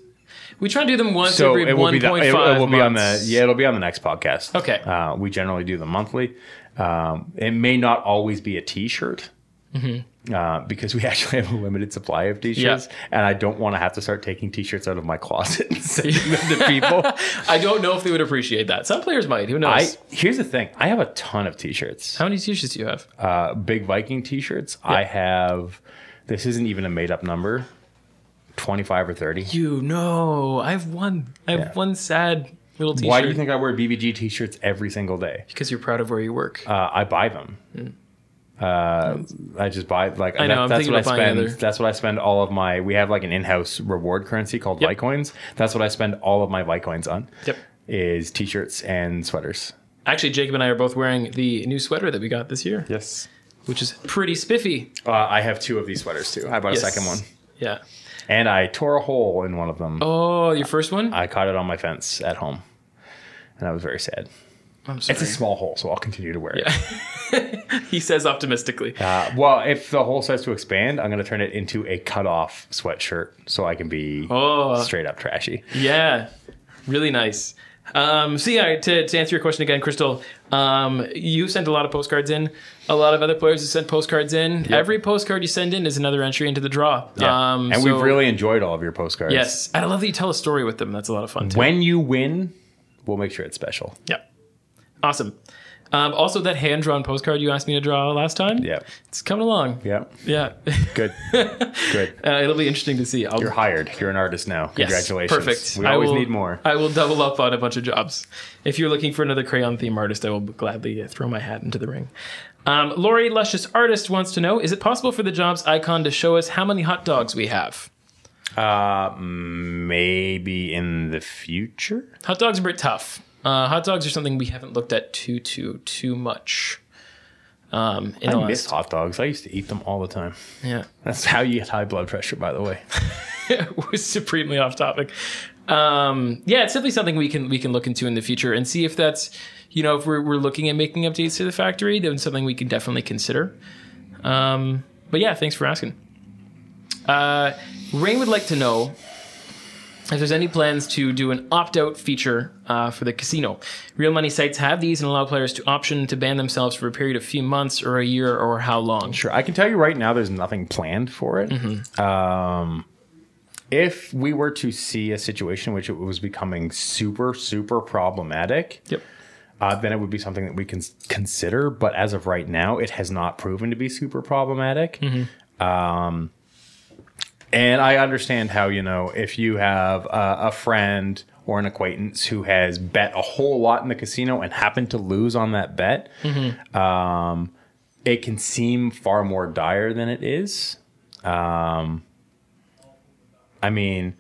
[SPEAKER 2] We try and do them once
[SPEAKER 1] so
[SPEAKER 2] every
[SPEAKER 1] it will
[SPEAKER 2] one
[SPEAKER 1] be the,
[SPEAKER 2] point
[SPEAKER 1] it, it
[SPEAKER 2] five.
[SPEAKER 1] will be on the yeah it'll be on the next podcast
[SPEAKER 2] Okay.
[SPEAKER 1] uh, we generally do them monthly um, it may not always be a t-shirt uh, because we actually have a limited supply of t-shirts
[SPEAKER 2] Mm-hmm. Yeah.
[SPEAKER 1] and i don't want to have to start taking t-shirts out of my closet and sending them to people
[SPEAKER 2] I don't know if they would appreciate that. Some players might. Who
[SPEAKER 1] I,
[SPEAKER 2] knows?
[SPEAKER 1] here's the thing i have a ton of t-shirts
[SPEAKER 2] how many T-shirts do you have?
[SPEAKER 1] uh, big viking t-shirts i have this isn't even a made-up number 25 or 30
[SPEAKER 2] you know, I have one. I have
[SPEAKER 1] Yeah.
[SPEAKER 2] one sad little T-shirt.
[SPEAKER 1] why do you think i wear bbg t-shirts every single day
[SPEAKER 2] Because you're proud of where you work.
[SPEAKER 1] Uh, I buy them. Uh, I just buy like
[SPEAKER 2] Hmm. I know, I'm
[SPEAKER 1] that's
[SPEAKER 2] thinking
[SPEAKER 1] what I
[SPEAKER 2] about buying
[SPEAKER 1] spend.
[SPEAKER 2] other-
[SPEAKER 1] That's what I spend all of my. We have like an in-house reward currency called
[SPEAKER 2] Yep.
[SPEAKER 1] Litecoins. That's what I spend all of my Litecoins on.
[SPEAKER 2] Yep.
[SPEAKER 1] Is t-shirts and sweaters.
[SPEAKER 2] Actually, Jacob and I are both wearing the new sweater that we got this year,
[SPEAKER 1] Yes.
[SPEAKER 2] which is pretty spiffy.
[SPEAKER 1] Uh, I have two of these sweaters too. I bought
[SPEAKER 2] Yes.
[SPEAKER 1] a second one,
[SPEAKER 2] Yeah.
[SPEAKER 1] and I tore a hole in one of them.
[SPEAKER 2] Oh, your first one?
[SPEAKER 1] I caught it on my fence at home, and I was very sad.
[SPEAKER 2] I'm sorry.
[SPEAKER 1] It's a small hole, so I'll continue to wear it.
[SPEAKER 2] he says optimistically.
[SPEAKER 1] Uh, well, if the hole starts to expand, I'm going to turn it into a cut-off sweatshirt, so I can be
[SPEAKER 2] Oh,
[SPEAKER 1] straight up trashy.
[SPEAKER 2] yeah. Really nice. Um, so yeah, to, to answer your question again, Crystal, um, you sent a lot of postcards in. A lot of other players have sent postcards in. Every postcard you send in is another entry into the draw.
[SPEAKER 1] Yeah.
[SPEAKER 2] Um,
[SPEAKER 1] and
[SPEAKER 2] so-
[SPEAKER 1] we've really enjoyed all of your postcards.
[SPEAKER 2] yes, and I love that you tell a story with them. That's a lot of fun too.
[SPEAKER 1] When you win, we'll make sure it's special.
[SPEAKER 2] yeah,
[SPEAKER 1] Mm-hmm.
[SPEAKER 2] awesome. Um, also, that hand drawn postcard you asked me to draw last time.
[SPEAKER 1] Yep.
[SPEAKER 2] it's coming along.
[SPEAKER 1] Yep.
[SPEAKER 2] Yeah,
[SPEAKER 1] Good. Good.
[SPEAKER 2] uh, it'll be interesting to see. I'll,
[SPEAKER 1] You're hired. You're an artist now.
[SPEAKER 2] Yes,
[SPEAKER 1] Congratulations.
[SPEAKER 2] perfect.
[SPEAKER 1] We
[SPEAKER 2] I
[SPEAKER 1] always
[SPEAKER 2] will-
[SPEAKER 1] need more.
[SPEAKER 2] I will double up on a bunch of jobs. If you're looking for another crayon theme artist, I will gladly uh, throw my hat into the ring. Um, Lori Luscious Artist wants to know Is it possible for the jobs icon to show us how many hot dogs we have?
[SPEAKER 1] Uh, maybe in the future.
[SPEAKER 2] Hot dogs are a bit tough. Uh, hot dogs are something we haven't looked at too, too, too much. Um, in the
[SPEAKER 1] I
[SPEAKER 2] last-
[SPEAKER 1] miss hot dogs. I used to eat them all the time.
[SPEAKER 2] Yeah.
[SPEAKER 1] That's how you get high blood pressure, by the way.
[SPEAKER 2] was supremely off topic. Um, yeah, it's definitely something we can we can look into in the future and see if that's you know if we're, we're looking at making updates to the factory, then it's something we can definitely consider. Um, but yeah, thanks for asking. Uh, Rain would like to know if there's any plans to do an opt-out feature uh, for the casino. Real money sites have these and allow players to option to ban themselves for a period of few months or a year or how long.
[SPEAKER 1] Sure. I can tell you right now, there's nothing planned for it. Um, if we were to see a situation in which it was becoming super, super problematic,
[SPEAKER 2] Yep.
[SPEAKER 1] uh, then it would be something that we can s- consider. But as of right now, it has not proven to be super problematic. Um, and I understand how, you know, if you have uh, a friend or an acquaintance who has bet a whole lot in the casino and happened to lose on that bet, um, it can seem far more dire than it is. Um, I mean,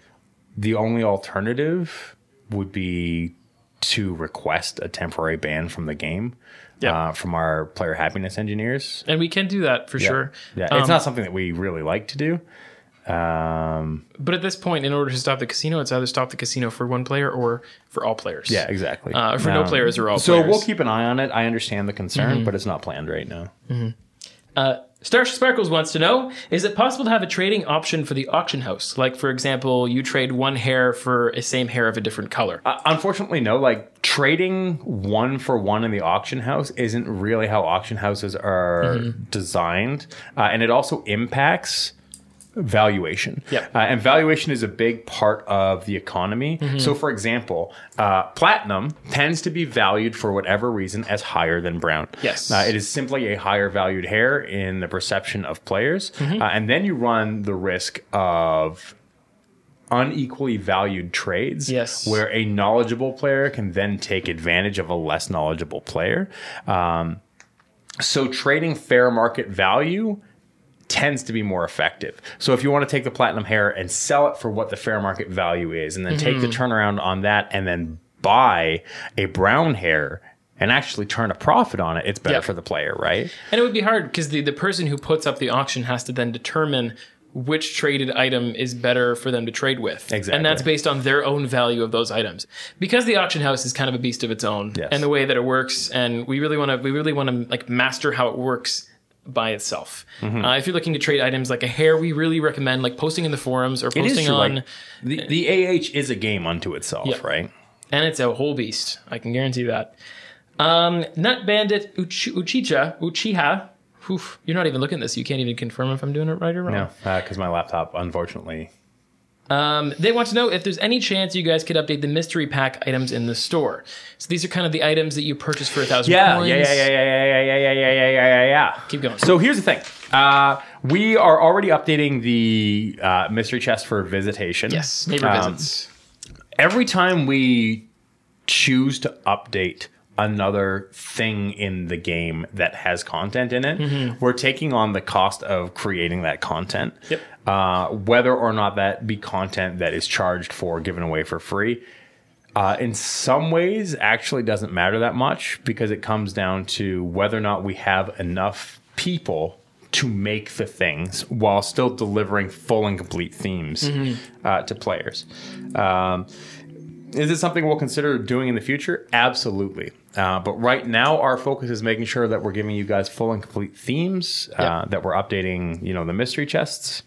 [SPEAKER 1] the only alternative would be to request a temporary ban from the game
[SPEAKER 2] Yeah.
[SPEAKER 1] uh, from our player happiness engineers.
[SPEAKER 2] And we can do that for sure.
[SPEAKER 1] Yeah,
[SPEAKER 2] Um,
[SPEAKER 1] it's not something that we really like to do. Um,
[SPEAKER 2] But at this point, in order to stop the casino, it's either stop the casino for one player or for all players.
[SPEAKER 1] yeah, exactly.
[SPEAKER 2] Uh, for no players or all
[SPEAKER 1] So
[SPEAKER 2] players. Mm-hmm.
[SPEAKER 1] we'll keep an eye on it. I understand the concern, but it's not planned right now.
[SPEAKER 2] Uh, Starship Sparkles wants to know Is it possible to have a trading option for the auction house? Like, for example, you trade one hair for a same hair of a different color.
[SPEAKER 1] Uh, unfortunately, no. Like trading one for one in the auction house isn't really how auction houses are
[SPEAKER 2] Mm-hmm.
[SPEAKER 1] designed, uh, and it also impacts valuation.
[SPEAKER 2] Yep.
[SPEAKER 1] Uh, and valuation is a big part of the economy.
[SPEAKER 2] Mm-hmm.
[SPEAKER 1] So, for example, uh, platinum tends to be valued for whatever reason as higher than brown.
[SPEAKER 2] Yes.
[SPEAKER 1] Uh, it is simply a higher valued hair in the perception of players.
[SPEAKER 2] Mm-hmm.
[SPEAKER 1] Uh, and then you run the risk of unequally valued trades
[SPEAKER 2] Yes.
[SPEAKER 1] where a knowledgeable player can then take advantage of a less knowledgeable player. Um, so trading fair market value tends to be more effective. So if you want to take the platinum hair and sell it for what the fair market value is, and then take the
[SPEAKER 2] Mm-hmm.
[SPEAKER 1] turnaround on that and then buy a brown hair and actually turn a profit on it, it's better
[SPEAKER 2] Yeah.
[SPEAKER 1] for the player, right?
[SPEAKER 2] And it would be hard because the, the person who puts up the auction has to then determine which traded item is better for them to trade with.
[SPEAKER 1] Exactly.
[SPEAKER 2] And that's based on their own value of those items. Because the auction house is kind of a beast of its own
[SPEAKER 1] Yes.
[SPEAKER 2] and the way that it works and we really want to we really want to like master how it works by itself.
[SPEAKER 1] Mm-hmm.
[SPEAKER 2] Uh, if you're looking to trade items like a hair, we really recommend like posting in the forums or
[SPEAKER 1] It is
[SPEAKER 2] posting
[SPEAKER 1] true,
[SPEAKER 2] on
[SPEAKER 1] like, the, the AH is a game unto itself,
[SPEAKER 2] Yeah.
[SPEAKER 1] right?
[SPEAKER 2] and it's a whole beast. I can guarantee that. Um, Nut Bandit Uch- Uchicha Uchiha. Oof, you're not even looking at this. You can't even confirm if I'm doing it right or wrong.
[SPEAKER 1] No, because uh, my laptop, unfortunately,
[SPEAKER 2] Um, they want to know if there's any chance you guys could update the mystery pack items in the store. So these are kind of the items that you purchase for a thousand
[SPEAKER 1] Yeah,
[SPEAKER 2] coins.
[SPEAKER 1] yeah, yeah, yeah, yeah, yeah, yeah, yeah, yeah, yeah, yeah, yeah, yeah.
[SPEAKER 2] Keep going.
[SPEAKER 1] So here's the thing. Uh, we are already updating the uh, mystery chest for visitation.
[SPEAKER 2] Yes, neighbor
[SPEAKER 1] Um,
[SPEAKER 2] visits.
[SPEAKER 1] Every time we choose to update another thing in the game that has content in it, we're taking on the cost of creating that content.
[SPEAKER 2] Yep.
[SPEAKER 1] Uh, whether or not that be content that is charged for, given away for free, uh, in some ways actually doesn't matter that much because it comes down to whether or not we have enough people to make the things while still delivering full and complete themes uh, to players. Um, is it something we'll consider doing in the future? Absolutely. Uh, but right now, our focus is making sure that we're giving you guys full and complete themes, uh,
[SPEAKER 2] Yeah.
[SPEAKER 1] that we're updating, you know, the mystery chests,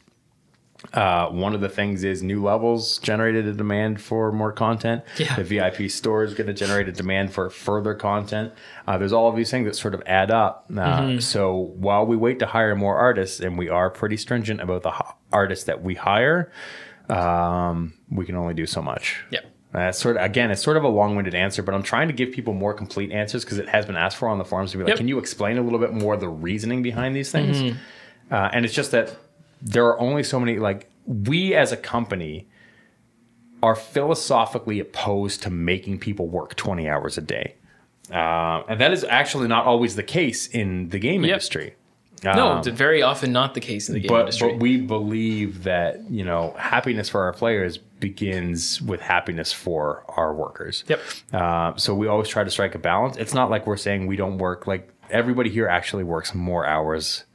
[SPEAKER 1] Uh, one of the things is new levels generated a demand for more content.
[SPEAKER 2] Yeah.
[SPEAKER 1] The VIP store is going to generate a demand for further content. Uh, there's all of these things that sort of add up. Uh,
[SPEAKER 2] Mm-hmm.
[SPEAKER 1] So while we wait to hire more artists, and we are pretty stringent about the h- artists that we hire, um, we can only do so much.
[SPEAKER 2] Yeah.
[SPEAKER 1] That's sort of again, it's sort of a long-winded answer, but I'm trying to give people more complete answers because it has been asked for on the forums to be like,
[SPEAKER 2] Yep. Mm-hmm.
[SPEAKER 1] can you explain a little bit more the reasoning behind these things? Uh, and it's just that there are only so many like we as a company are philosophically opposed to making people work 20 hours a day. Um, and that is actually not always the case in the game
[SPEAKER 2] Yep.
[SPEAKER 1] industry.
[SPEAKER 2] No,
[SPEAKER 1] Um,
[SPEAKER 2] it's very often not the case in the game
[SPEAKER 1] but,
[SPEAKER 2] industry.
[SPEAKER 1] but we believe that you know happiness for our players begins with happiness for our workers.
[SPEAKER 2] Yep.
[SPEAKER 1] Uh, so we always try to strike a balance. It's not like we're saying we don't work. Like everybody here actually works more hours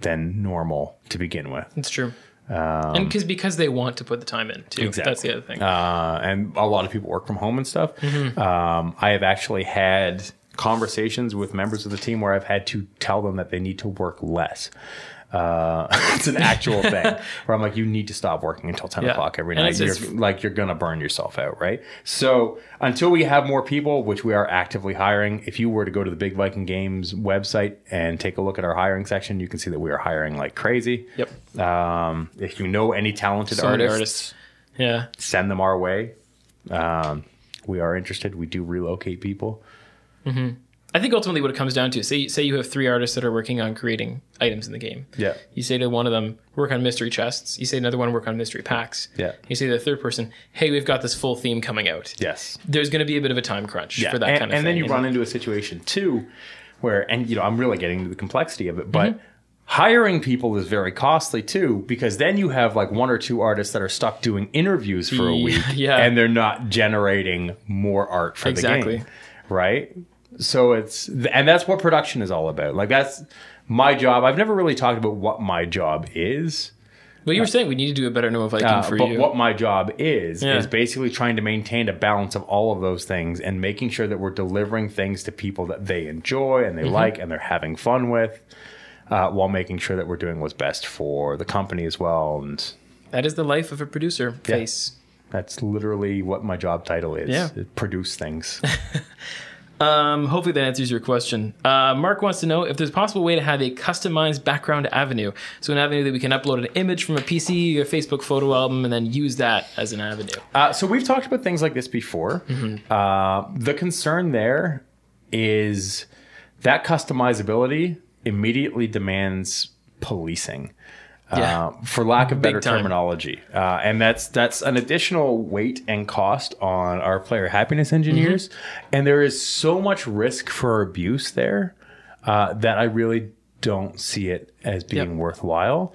[SPEAKER 1] than normal to begin with.
[SPEAKER 2] it's true. and because because they want to put the time in too. That's
[SPEAKER 1] Um, Exactly.
[SPEAKER 2] the other thing.
[SPEAKER 1] uh, and a lot of people work from home and stuff.
[SPEAKER 2] Mm-hmm.
[SPEAKER 1] Um, I have actually had conversations with members of the team where I've had to tell them that they need to work less. Uh, it's an actual thing where I'm like, you need to stop working until 10
[SPEAKER 2] Yeah.
[SPEAKER 1] o'clock every
[SPEAKER 2] And
[SPEAKER 1] night.
[SPEAKER 2] it's-
[SPEAKER 1] You're,
[SPEAKER 2] it's-
[SPEAKER 1] like, you're going to burn yourself out, right? So, until we have more people, which we are actively hiring, if you were to go to the Big Viking Games website and take a look at our hiring section, you can see that we are hiring like crazy.
[SPEAKER 2] yep.
[SPEAKER 1] Um, if you know any talented
[SPEAKER 2] So many
[SPEAKER 1] artists,
[SPEAKER 2] artists. Yeah.
[SPEAKER 1] send them our way. Um, we are interested. We do relocate people.
[SPEAKER 2] I think ultimately what it comes down to, say say you have three artists that are working on creating items in the game.
[SPEAKER 1] Yeah.
[SPEAKER 2] You say to one of them, work on mystery chests. You say another one, work on mystery packs.
[SPEAKER 1] Yeah.
[SPEAKER 2] You say to the third person, hey, we've got this full theme coming out.
[SPEAKER 1] Yes.
[SPEAKER 2] There's going to be a bit of a time crunch for that
[SPEAKER 1] and,
[SPEAKER 2] kind of
[SPEAKER 1] and then
[SPEAKER 2] thing.
[SPEAKER 1] you run into a situation too, where and you know I'm really getting into the complexity of it, but.
[SPEAKER 2] Mm-hmm.
[SPEAKER 1] Hiring people is very costly too, because then you have like one or two artists that are stuck doing interviews for a
[SPEAKER 2] Yeah,
[SPEAKER 1] week,
[SPEAKER 2] yeah.
[SPEAKER 1] and they're not generating more art for the
[SPEAKER 2] Exactly.
[SPEAKER 1] game, right? So it's and that's what production is all about. Like that's my job. I've never really talked about what my job is.
[SPEAKER 2] Well, you were saying we need to do a better Noah Viking
[SPEAKER 1] Uh,
[SPEAKER 2] for
[SPEAKER 1] but
[SPEAKER 2] you.
[SPEAKER 1] what my job is
[SPEAKER 2] Yeah.
[SPEAKER 1] is basically trying to maintain a balance of all of those things and making sure that we're delivering things to people that they enjoy and they
[SPEAKER 2] Mm-hmm.
[SPEAKER 1] like and they're having fun with, uh, while making sure that we're doing what's best for the company as well. And
[SPEAKER 2] that is the life of a producer
[SPEAKER 1] Yeah.
[SPEAKER 2] face.
[SPEAKER 1] that's literally what my job title is:
[SPEAKER 2] Yeah.
[SPEAKER 1] produce things.
[SPEAKER 2] Um, hopefully that answers your question. Uh, Mark wants to know if there's a possible way to have a customized background avenue. So an avenue that we can upload an image from a PC or Facebook photo album and then use that as an avenue.
[SPEAKER 1] Uh, so we've talked about things like this before.
[SPEAKER 2] Mm-hmm.
[SPEAKER 1] Uh, the concern there is that customizability immediately demands policing.
[SPEAKER 2] Yeah.
[SPEAKER 1] Uh, for lack of better
[SPEAKER 2] time.
[SPEAKER 1] terminology, uh, and that's that's an additional weight and cost on our player happiness engineers,
[SPEAKER 2] Mm-hmm.
[SPEAKER 1] and there is so much risk for abuse there uh, that I really don't see it as being
[SPEAKER 2] Yep.
[SPEAKER 1] worthwhile.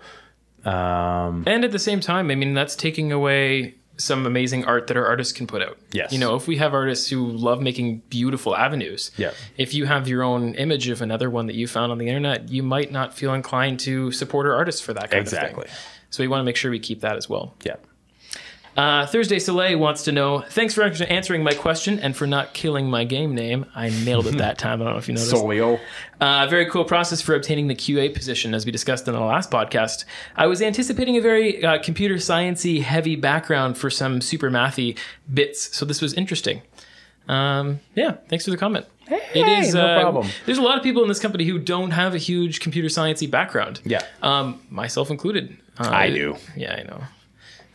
[SPEAKER 2] And at the same time, I mean, that's taking away some amazing art that our artists can put out.
[SPEAKER 1] Yes.
[SPEAKER 2] You know, if we have artists who love making beautiful avenues,
[SPEAKER 1] Yeah.
[SPEAKER 2] if you have your own image of another one that you found on the internet, you might not feel inclined to support our artists for that kind
[SPEAKER 1] Exactly.
[SPEAKER 2] of thing. So we want to make sure we keep that as well.
[SPEAKER 1] Yeah.
[SPEAKER 2] Uh, Thursday Soleil wants to know, thanks for answering my question and for not killing my game name. I nailed it that time. I don't know if you noticed.
[SPEAKER 1] Solio.
[SPEAKER 2] Uh, very cool process for obtaining the QA position, as we discussed in the last podcast. I was anticipating a very uh, computer sciency heavy background for some super mathy bits, so this was interesting. Um, yeah, thanks for the comment. it is uh,
[SPEAKER 1] no problem.
[SPEAKER 2] There's a lot of people in this company who don't have a huge computer sciency background.
[SPEAKER 1] Yeah.
[SPEAKER 2] um, myself included. Uh,
[SPEAKER 1] I do.
[SPEAKER 2] Yeah, I know.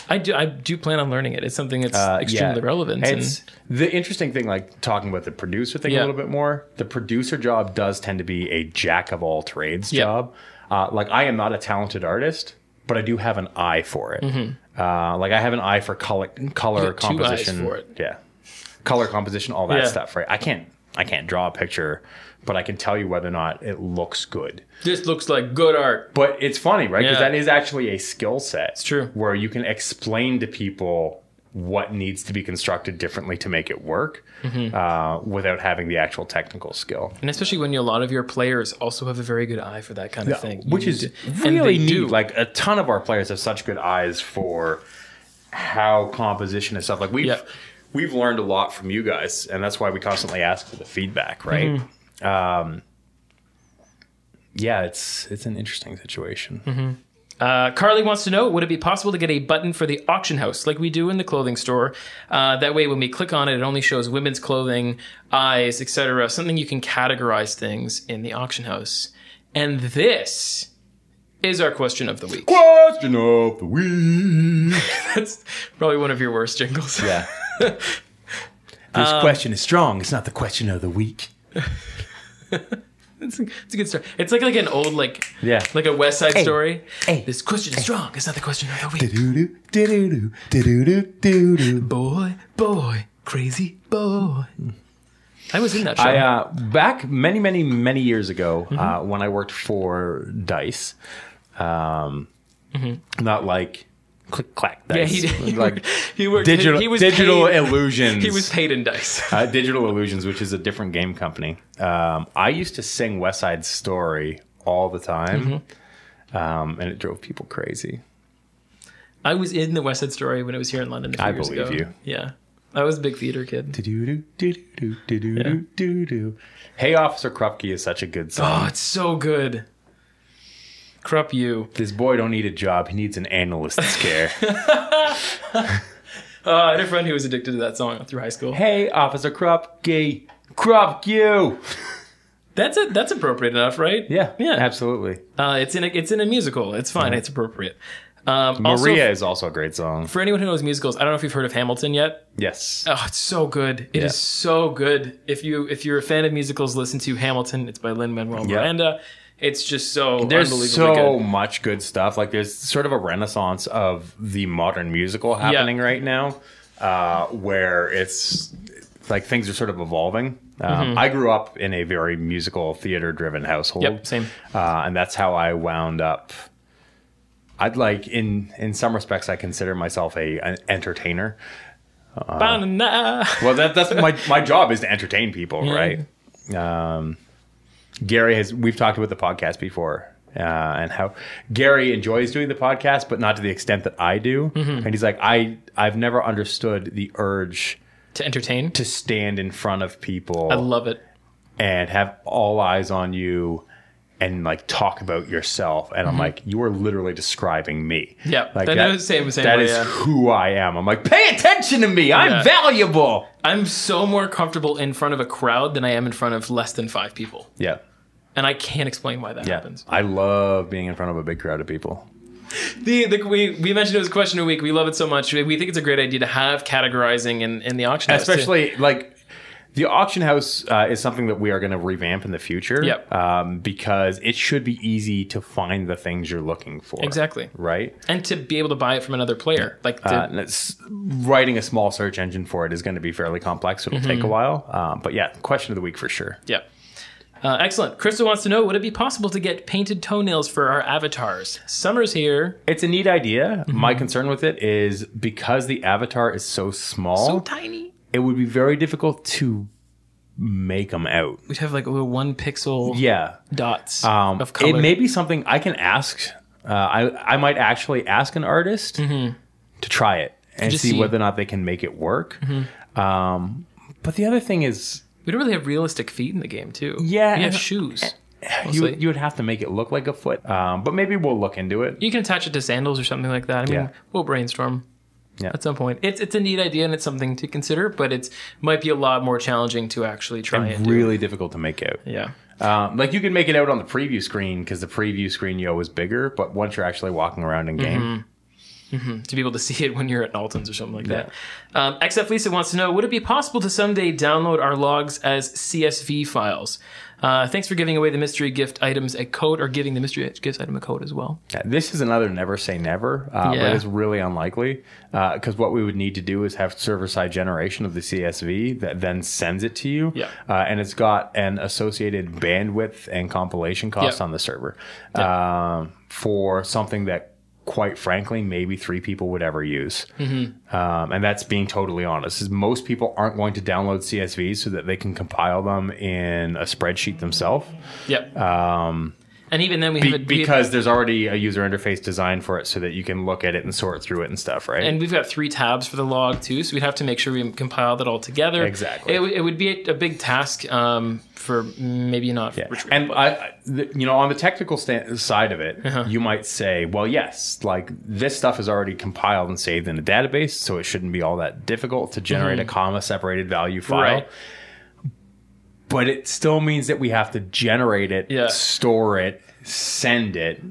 [SPEAKER 2] I do. I do plan on learning it. It's something that's
[SPEAKER 1] Uh,
[SPEAKER 2] extremely
[SPEAKER 1] yeah.
[SPEAKER 2] relevant.
[SPEAKER 1] It's the interesting thing, like talking about the producer thing a
[SPEAKER 2] Yeah.
[SPEAKER 1] little bit more. The producer job does tend to be a jack of all trades
[SPEAKER 2] Yeah.
[SPEAKER 1] job. Uh, like I am not a talented artist, but I do have an eye for it. Uh, like I have an eye for color, color
[SPEAKER 2] got Mm-hmm. two eyes
[SPEAKER 1] composition.
[SPEAKER 2] for it.
[SPEAKER 1] Yeah, color composition, all that
[SPEAKER 2] Yeah.
[SPEAKER 1] stuff. Right. I can't. I can't draw a picture, but I can tell you whether or not it looks good.
[SPEAKER 2] and this looks like good art.
[SPEAKER 1] But it's funny, right? Because
[SPEAKER 2] Yeah.
[SPEAKER 1] that is actually a skill set. It's
[SPEAKER 2] true.
[SPEAKER 1] Where you can explain to people what needs to be constructed differently to make it work
[SPEAKER 2] Mm-hmm.
[SPEAKER 1] uh, without having the actual technical skill.
[SPEAKER 2] And especially when you, a lot of your players also have a very good eye for that kind of thing. You
[SPEAKER 1] Which
[SPEAKER 2] need
[SPEAKER 1] is
[SPEAKER 2] to- and
[SPEAKER 1] really
[SPEAKER 2] they
[SPEAKER 1] neat.
[SPEAKER 2] do.
[SPEAKER 1] Like a ton of our players have such good eyes for how composition and stuff. Like we've
[SPEAKER 2] Yeah.
[SPEAKER 1] we've learned a lot from you guys, and that's why we constantly ask for the feedback, right? Um,
[SPEAKER 2] Mm-hmm.
[SPEAKER 1] yeah, it's it's an interesting situation.
[SPEAKER 2] Uh, Carly wants to know Would it be possible to get a button for the auction house like we do in the clothing store? Uh, that way, when we click on it, it only shows women's clothing, eyes, etc. Something you can categorize things in the auction house. And this is our question of the week.
[SPEAKER 1] Question of the week.
[SPEAKER 2] That's probably one of your worst jingles.
[SPEAKER 1] Yeah. Um, this question is strong. It's not the question of the week.
[SPEAKER 2] it's, a, it's a good story. It's like like an old like
[SPEAKER 1] Yeah.
[SPEAKER 2] like a West Side
[SPEAKER 1] Hey.
[SPEAKER 2] Story.
[SPEAKER 1] Hey.
[SPEAKER 2] This question is strong. It's not the question of the week.
[SPEAKER 1] Do-do-do, do-do-do, do-do-do, do-do.
[SPEAKER 2] Boy, boy, crazy boy. I was in that show.
[SPEAKER 1] I uh, back many, many, many years ago uh, when I worked for Dice. Um, Not like click clack
[SPEAKER 2] yeah,
[SPEAKER 1] dice.
[SPEAKER 2] he, he
[SPEAKER 1] like
[SPEAKER 2] worked, he worked
[SPEAKER 1] digital
[SPEAKER 2] he was
[SPEAKER 1] digital
[SPEAKER 2] paid,
[SPEAKER 1] illusions.
[SPEAKER 2] He was paid in dice.
[SPEAKER 1] uh, Digital Illusions, which is a different game company. Um, I used to sing West Side Story all the time, um, and it drove people crazy.
[SPEAKER 2] I was in the West Side Story when it was here in London. A few
[SPEAKER 1] I
[SPEAKER 2] years
[SPEAKER 1] believe
[SPEAKER 2] ago.
[SPEAKER 1] you.
[SPEAKER 2] Yeah, I was a big theater kid.
[SPEAKER 1] Do-do-do, do-do-do, do-do-do, do-do. Hey, Officer Krupke is such a good song.
[SPEAKER 2] Oh, it's so good. Krupp you.
[SPEAKER 1] This boy don't need a job. He needs an analyst scare.
[SPEAKER 2] Uh, I had a friend who was addicted to that song through high school.
[SPEAKER 1] hey, Officer Krupke, Krupke you.
[SPEAKER 2] That's it. That's appropriate enough, right?
[SPEAKER 1] Yeah,
[SPEAKER 2] Yeah.
[SPEAKER 1] absolutely.
[SPEAKER 2] Uh, it's in a it's in a musical. It's fine. It's appropriate. Um,
[SPEAKER 1] Maria
[SPEAKER 2] Also,
[SPEAKER 1] is also a great song.
[SPEAKER 2] for anyone who knows musicals, I don't know if you've heard of Hamilton yet.
[SPEAKER 1] Yes.
[SPEAKER 2] Oh, it's so good. It is
[SPEAKER 1] Yeah.
[SPEAKER 2] so good. If you if you're a fan of musicals, listen to Hamilton. It's by Lin Manuel
[SPEAKER 1] Yeah.
[SPEAKER 2] Miranda. It's just so unbelievably
[SPEAKER 1] There's so
[SPEAKER 2] good.
[SPEAKER 1] much good stuff. Like there's sort of a renaissance of the modern musical happening right now, uh, where it's like things are sort of evolving. Um,
[SPEAKER 2] Mm-hmm.
[SPEAKER 1] I grew up in a very musical theater driven household.
[SPEAKER 2] Yep, same.
[SPEAKER 1] Uh, and that's how I wound up. I'd like in in some respects I consider myself a an entertainer. Uh,
[SPEAKER 2] Banana.
[SPEAKER 1] Well, that that's my my job is to entertain people, right? Um, Gary has we've talked about the podcast before. Uh, and how Gary enjoys doing the podcast, but not to the extent that I do.
[SPEAKER 2] Mm-hmm.
[SPEAKER 1] And he's like, I I've never understood the urge
[SPEAKER 2] to entertain.
[SPEAKER 1] to stand in front of people
[SPEAKER 2] I love it.
[SPEAKER 1] and have all eyes on you and like talk about yourself. And
[SPEAKER 2] Mm-hmm.
[SPEAKER 1] I'm like, you are literally describing me.
[SPEAKER 2] Yeah,
[SPEAKER 1] like
[SPEAKER 2] that is same- same
[SPEAKER 1] that
[SPEAKER 2] way,
[SPEAKER 1] is
[SPEAKER 2] yeah.
[SPEAKER 1] who I am. I'm like, pay attention to me. I'm
[SPEAKER 2] Yeah.
[SPEAKER 1] valuable.
[SPEAKER 2] I'm so more comfortable in front of a crowd than I am in front of less than five people,
[SPEAKER 1] Yeah.
[SPEAKER 2] and I can't explain why that happens.
[SPEAKER 1] I love being in front of a big crowd of people.
[SPEAKER 2] The, the we, we mentioned it was question of the week. We love it so much. We, we think it's a great idea to have categorizing in, in the auction, house, too.
[SPEAKER 1] Especially like the auction house uh, is something that we are going to revamp in the future.
[SPEAKER 2] Yep.
[SPEAKER 1] Um, because it should be easy to find the things you're looking for.
[SPEAKER 2] exactly,
[SPEAKER 1] Right?
[SPEAKER 2] and to be able to buy it from another player, like to,
[SPEAKER 1] Uh, and it's, writing a small search engine for it is going to be fairly complex. So it'll
[SPEAKER 2] Mm-hmm.
[SPEAKER 1] take a while. Um, but yeah, question of the week for sure.
[SPEAKER 2] Yeah. Uh, excellent. Crystal wants to know Would it be possible to get painted toenails for our avatars? Summer's here.
[SPEAKER 1] It's a neat idea.
[SPEAKER 2] Mm-hmm.
[SPEAKER 1] My concern with it is because the avatar is so small,
[SPEAKER 2] So tiny.
[SPEAKER 1] it would be very difficult to make them out.
[SPEAKER 2] We'd have like little one pixel
[SPEAKER 1] Yeah.
[SPEAKER 2] dots
[SPEAKER 1] Um,
[SPEAKER 2] of color.
[SPEAKER 1] It may be something I can ask. Uh, I I might actually ask an artist to try it and
[SPEAKER 2] Mm-hmm. Just
[SPEAKER 1] see,
[SPEAKER 2] see. Mm-hmm.
[SPEAKER 1] whether or not they can make it work. Um, but the other thing is,
[SPEAKER 2] we don't really have realistic feet in the game, too.
[SPEAKER 1] Yeah,
[SPEAKER 2] We have
[SPEAKER 1] and-
[SPEAKER 2] shoes.
[SPEAKER 1] you
[SPEAKER 2] Mostly.
[SPEAKER 1] you would have to make it look like a foot. Um, but maybe we'll look into it.
[SPEAKER 2] You can attach it to sandals or something like that. I mean,
[SPEAKER 1] Yeah.
[SPEAKER 2] we'll brainstorm.
[SPEAKER 1] Yeah.
[SPEAKER 2] At some point, it's it's a neat idea and it's something to consider, but it's might be a lot more challenging to actually try and, do.
[SPEAKER 1] Really difficult to make out.
[SPEAKER 2] Yeah,
[SPEAKER 1] Um, like you can make it out on the preview screen because the preview screen yo is bigger. But once you're actually walking around
[SPEAKER 2] Mm-hmm.
[SPEAKER 1] in game,
[SPEAKER 2] to be able to see it when you're at Alton's or something like that. Um, XF Lisa wants to know Would it be possible to someday download our logs as CSV files? Uh, thanks for giving away the mystery gift items a code or giving the mystery gift item a code as well.
[SPEAKER 1] Yeah, This is another never say never, uh,
[SPEAKER 2] Yeah.
[SPEAKER 1] but it's really unlikely because what we would need to do is have server side generation of the CSV that then sends it to you.
[SPEAKER 2] Yeah.
[SPEAKER 1] Uh, and it's got an associated bandwidth and compilation cost
[SPEAKER 2] Yeah.
[SPEAKER 1] on the server um, for something that, quite frankly, maybe three people would ever use.
[SPEAKER 2] Mm-hmm.
[SPEAKER 1] Um, and that's being totally honest. Is most people aren't going to download CSVs so that they can compile them in a spreadsheet themselves.
[SPEAKER 2] Yep.
[SPEAKER 1] Um,
[SPEAKER 2] And even then, we
[SPEAKER 1] Be-
[SPEAKER 2] have a, we have-
[SPEAKER 1] because there's already a user interface designed for it so that you can look at it and sort through it and stuff, right?
[SPEAKER 2] and we've got three tabs for the log too, so we'd have to make sure we compile that all together.
[SPEAKER 1] Exactly.
[SPEAKER 2] It, w- it would be a, a big task um, for maybe not.
[SPEAKER 1] Yeah.
[SPEAKER 2] Rich-
[SPEAKER 1] And I, I- the, you know, on the technical sta- side of it,
[SPEAKER 2] Uh-huh.
[SPEAKER 1] you might say, well, yes, like this stuff is already compiled and saved in a database, so it shouldn't be all that difficult to generate a comma separated value file.
[SPEAKER 2] Mm-hmm. Right.
[SPEAKER 1] But it still means that we have to generate it,
[SPEAKER 2] Yeah.
[SPEAKER 1] store it, send it,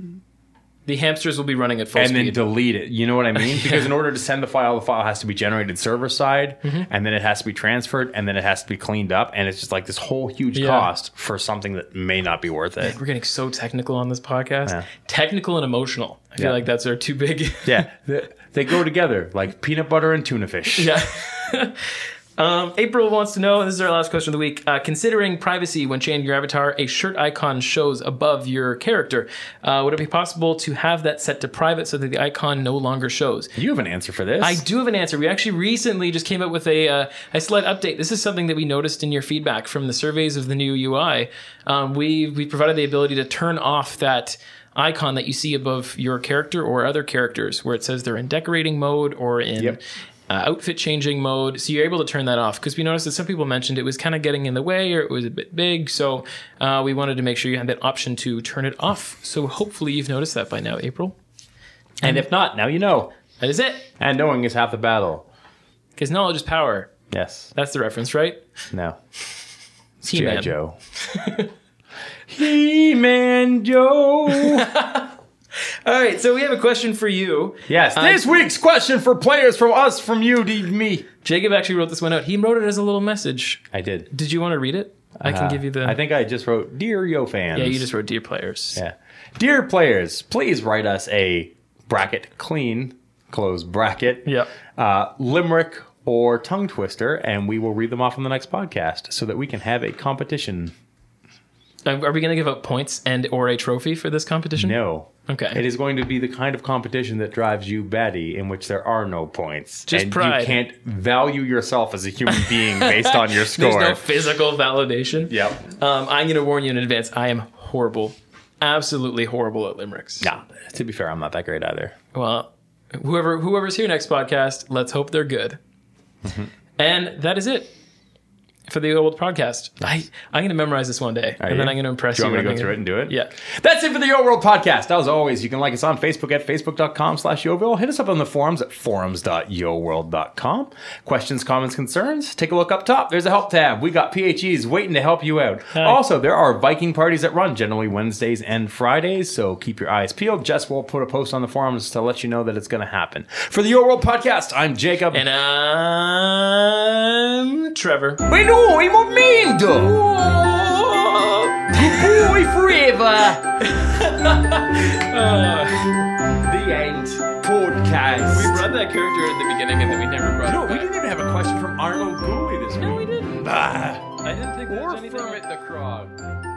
[SPEAKER 2] the hamsters will be running at full
[SPEAKER 1] and then
[SPEAKER 2] speed.
[SPEAKER 1] delete it. You know what I mean? Because in order to send the file, the file has to be generated server side,
[SPEAKER 2] Mm-hmm.
[SPEAKER 1] and then it has to be transferred, and then it has to be cleaned up, and it's just like this whole huge
[SPEAKER 2] Yeah.
[SPEAKER 1] cost for something that may not be worth it.
[SPEAKER 2] We're getting so technical on this podcast.
[SPEAKER 1] Yeah.
[SPEAKER 2] Technical and emotional. I
[SPEAKER 1] Yeah.
[SPEAKER 2] feel like that's our two big.
[SPEAKER 1] Yeah, they, they go together like peanut butter and tuna fish.
[SPEAKER 2] Yeah. um, April wants to know this is our last question of the week. Uh, considering privacy when changing your avatar, a shirt icon shows above your character. Uh, would it be possible to have that set to private so that the icon no longer shows?
[SPEAKER 1] You have an answer for this?
[SPEAKER 2] I do have an answer. We actually recently just came up with a uh, a slight update. This is something that we noticed in your feedback from the surveys of the new UI. Um, we we provided the ability to turn off that icon that you see above your character or other characters, where it says they're in decorating mode or in.
[SPEAKER 1] Yep.
[SPEAKER 2] Uh, outfit changing mode, so you're able to turn that off because we noticed that some people mentioned it was kind of getting in the way or it was a bit big. So uh, we wanted to make sure you had that option to turn it off. So hopefully you've noticed that by now, April.
[SPEAKER 1] And if not, now you know.
[SPEAKER 2] That is it
[SPEAKER 1] And knowing is half the battle.
[SPEAKER 2] because knowledge is power.
[SPEAKER 1] Yes.
[SPEAKER 2] That's the reference, right?
[SPEAKER 1] No. It's G.I.
[SPEAKER 2] He-Man.
[SPEAKER 1] Joe. he Man Joe.
[SPEAKER 2] All right, so we have a question for you.
[SPEAKER 1] yes. This week's question for players from us, from you to me.
[SPEAKER 2] Jacob actually wrote this one out. He wrote it as a little message.
[SPEAKER 1] I did.
[SPEAKER 2] Did you want to read it? I can
[SPEAKER 1] Uh,
[SPEAKER 2] give you the.
[SPEAKER 1] I think I just wrote, Dear Yo fans.
[SPEAKER 2] Yeah, you just wrote dear players.
[SPEAKER 1] Yeah. Dear players, please write us a bracket clean, close bracket,
[SPEAKER 2] Yep.
[SPEAKER 1] uh, limerick or tongue twister, and we will read them off on the next podcast so that we can have a competition.
[SPEAKER 2] Are are we going to give up points and or a trophy for this competition?
[SPEAKER 1] No.
[SPEAKER 2] Okay.
[SPEAKER 1] It is going to be the kind of competition that drives you batty, in which there are no points.
[SPEAKER 2] Just
[SPEAKER 1] and
[SPEAKER 2] pride.
[SPEAKER 1] you can't value yourself as a human being based on your
[SPEAKER 2] There's
[SPEAKER 1] score.
[SPEAKER 2] no physical validation.
[SPEAKER 1] yep.
[SPEAKER 2] Um, I'm going to warn you in advance. I am horrible, absolutely horrible at limericks.
[SPEAKER 1] Nah, to be fair, I'm not that great either.
[SPEAKER 2] Well, whoever whoever's here next podcast, let's hope they're good.
[SPEAKER 1] Mm-hmm.
[SPEAKER 2] And that is it for the old podcast. I I'm going to memorize this one day, and then
[SPEAKER 1] you?
[SPEAKER 2] I'm going to impress
[SPEAKER 1] Do you
[SPEAKER 2] you.
[SPEAKER 1] want me to
[SPEAKER 2] when
[SPEAKER 1] go
[SPEAKER 2] I'm
[SPEAKER 1] through it and do it?
[SPEAKER 2] Yeah.
[SPEAKER 1] That's it for the Yo World Podcast. As always, you can like us on Facebook at facebook.com slash YoVille. Hit us up on the forums at forums.yoworld.com. Questions, comments, concerns? Take a look up top. There's a help tab. We got PHEs waiting to help you out. Also, there are Viking parties that run generally Wednesdays and Fridays, so keep your eyes peeled. Jess will put a post on the forums to let you know that it's going to happen. For the Yo World Podcast, I'm Jacob.
[SPEAKER 2] And I'm Trevor.
[SPEAKER 1] we know him a man, Boy forever. the end podcast.
[SPEAKER 2] we brought that character at the beginning and then we never brought
[SPEAKER 1] No,
[SPEAKER 2] it
[SPEAKER 1] we
[SPEAKER 2] back.
[SPEAKER 1] didn't even have a question from Arnold Gooley this
[SPEAKER 2] No,
[SPEAKER 1] week.
[SPEAKER 2] we didn't.
[SPEAKER 1] Bah.
[SPEAKER 2] I didn't think there was
[SPEAKER 1] Or
[SPEAKER 2] anything.
[SPEAKER 1] from it, the Crog.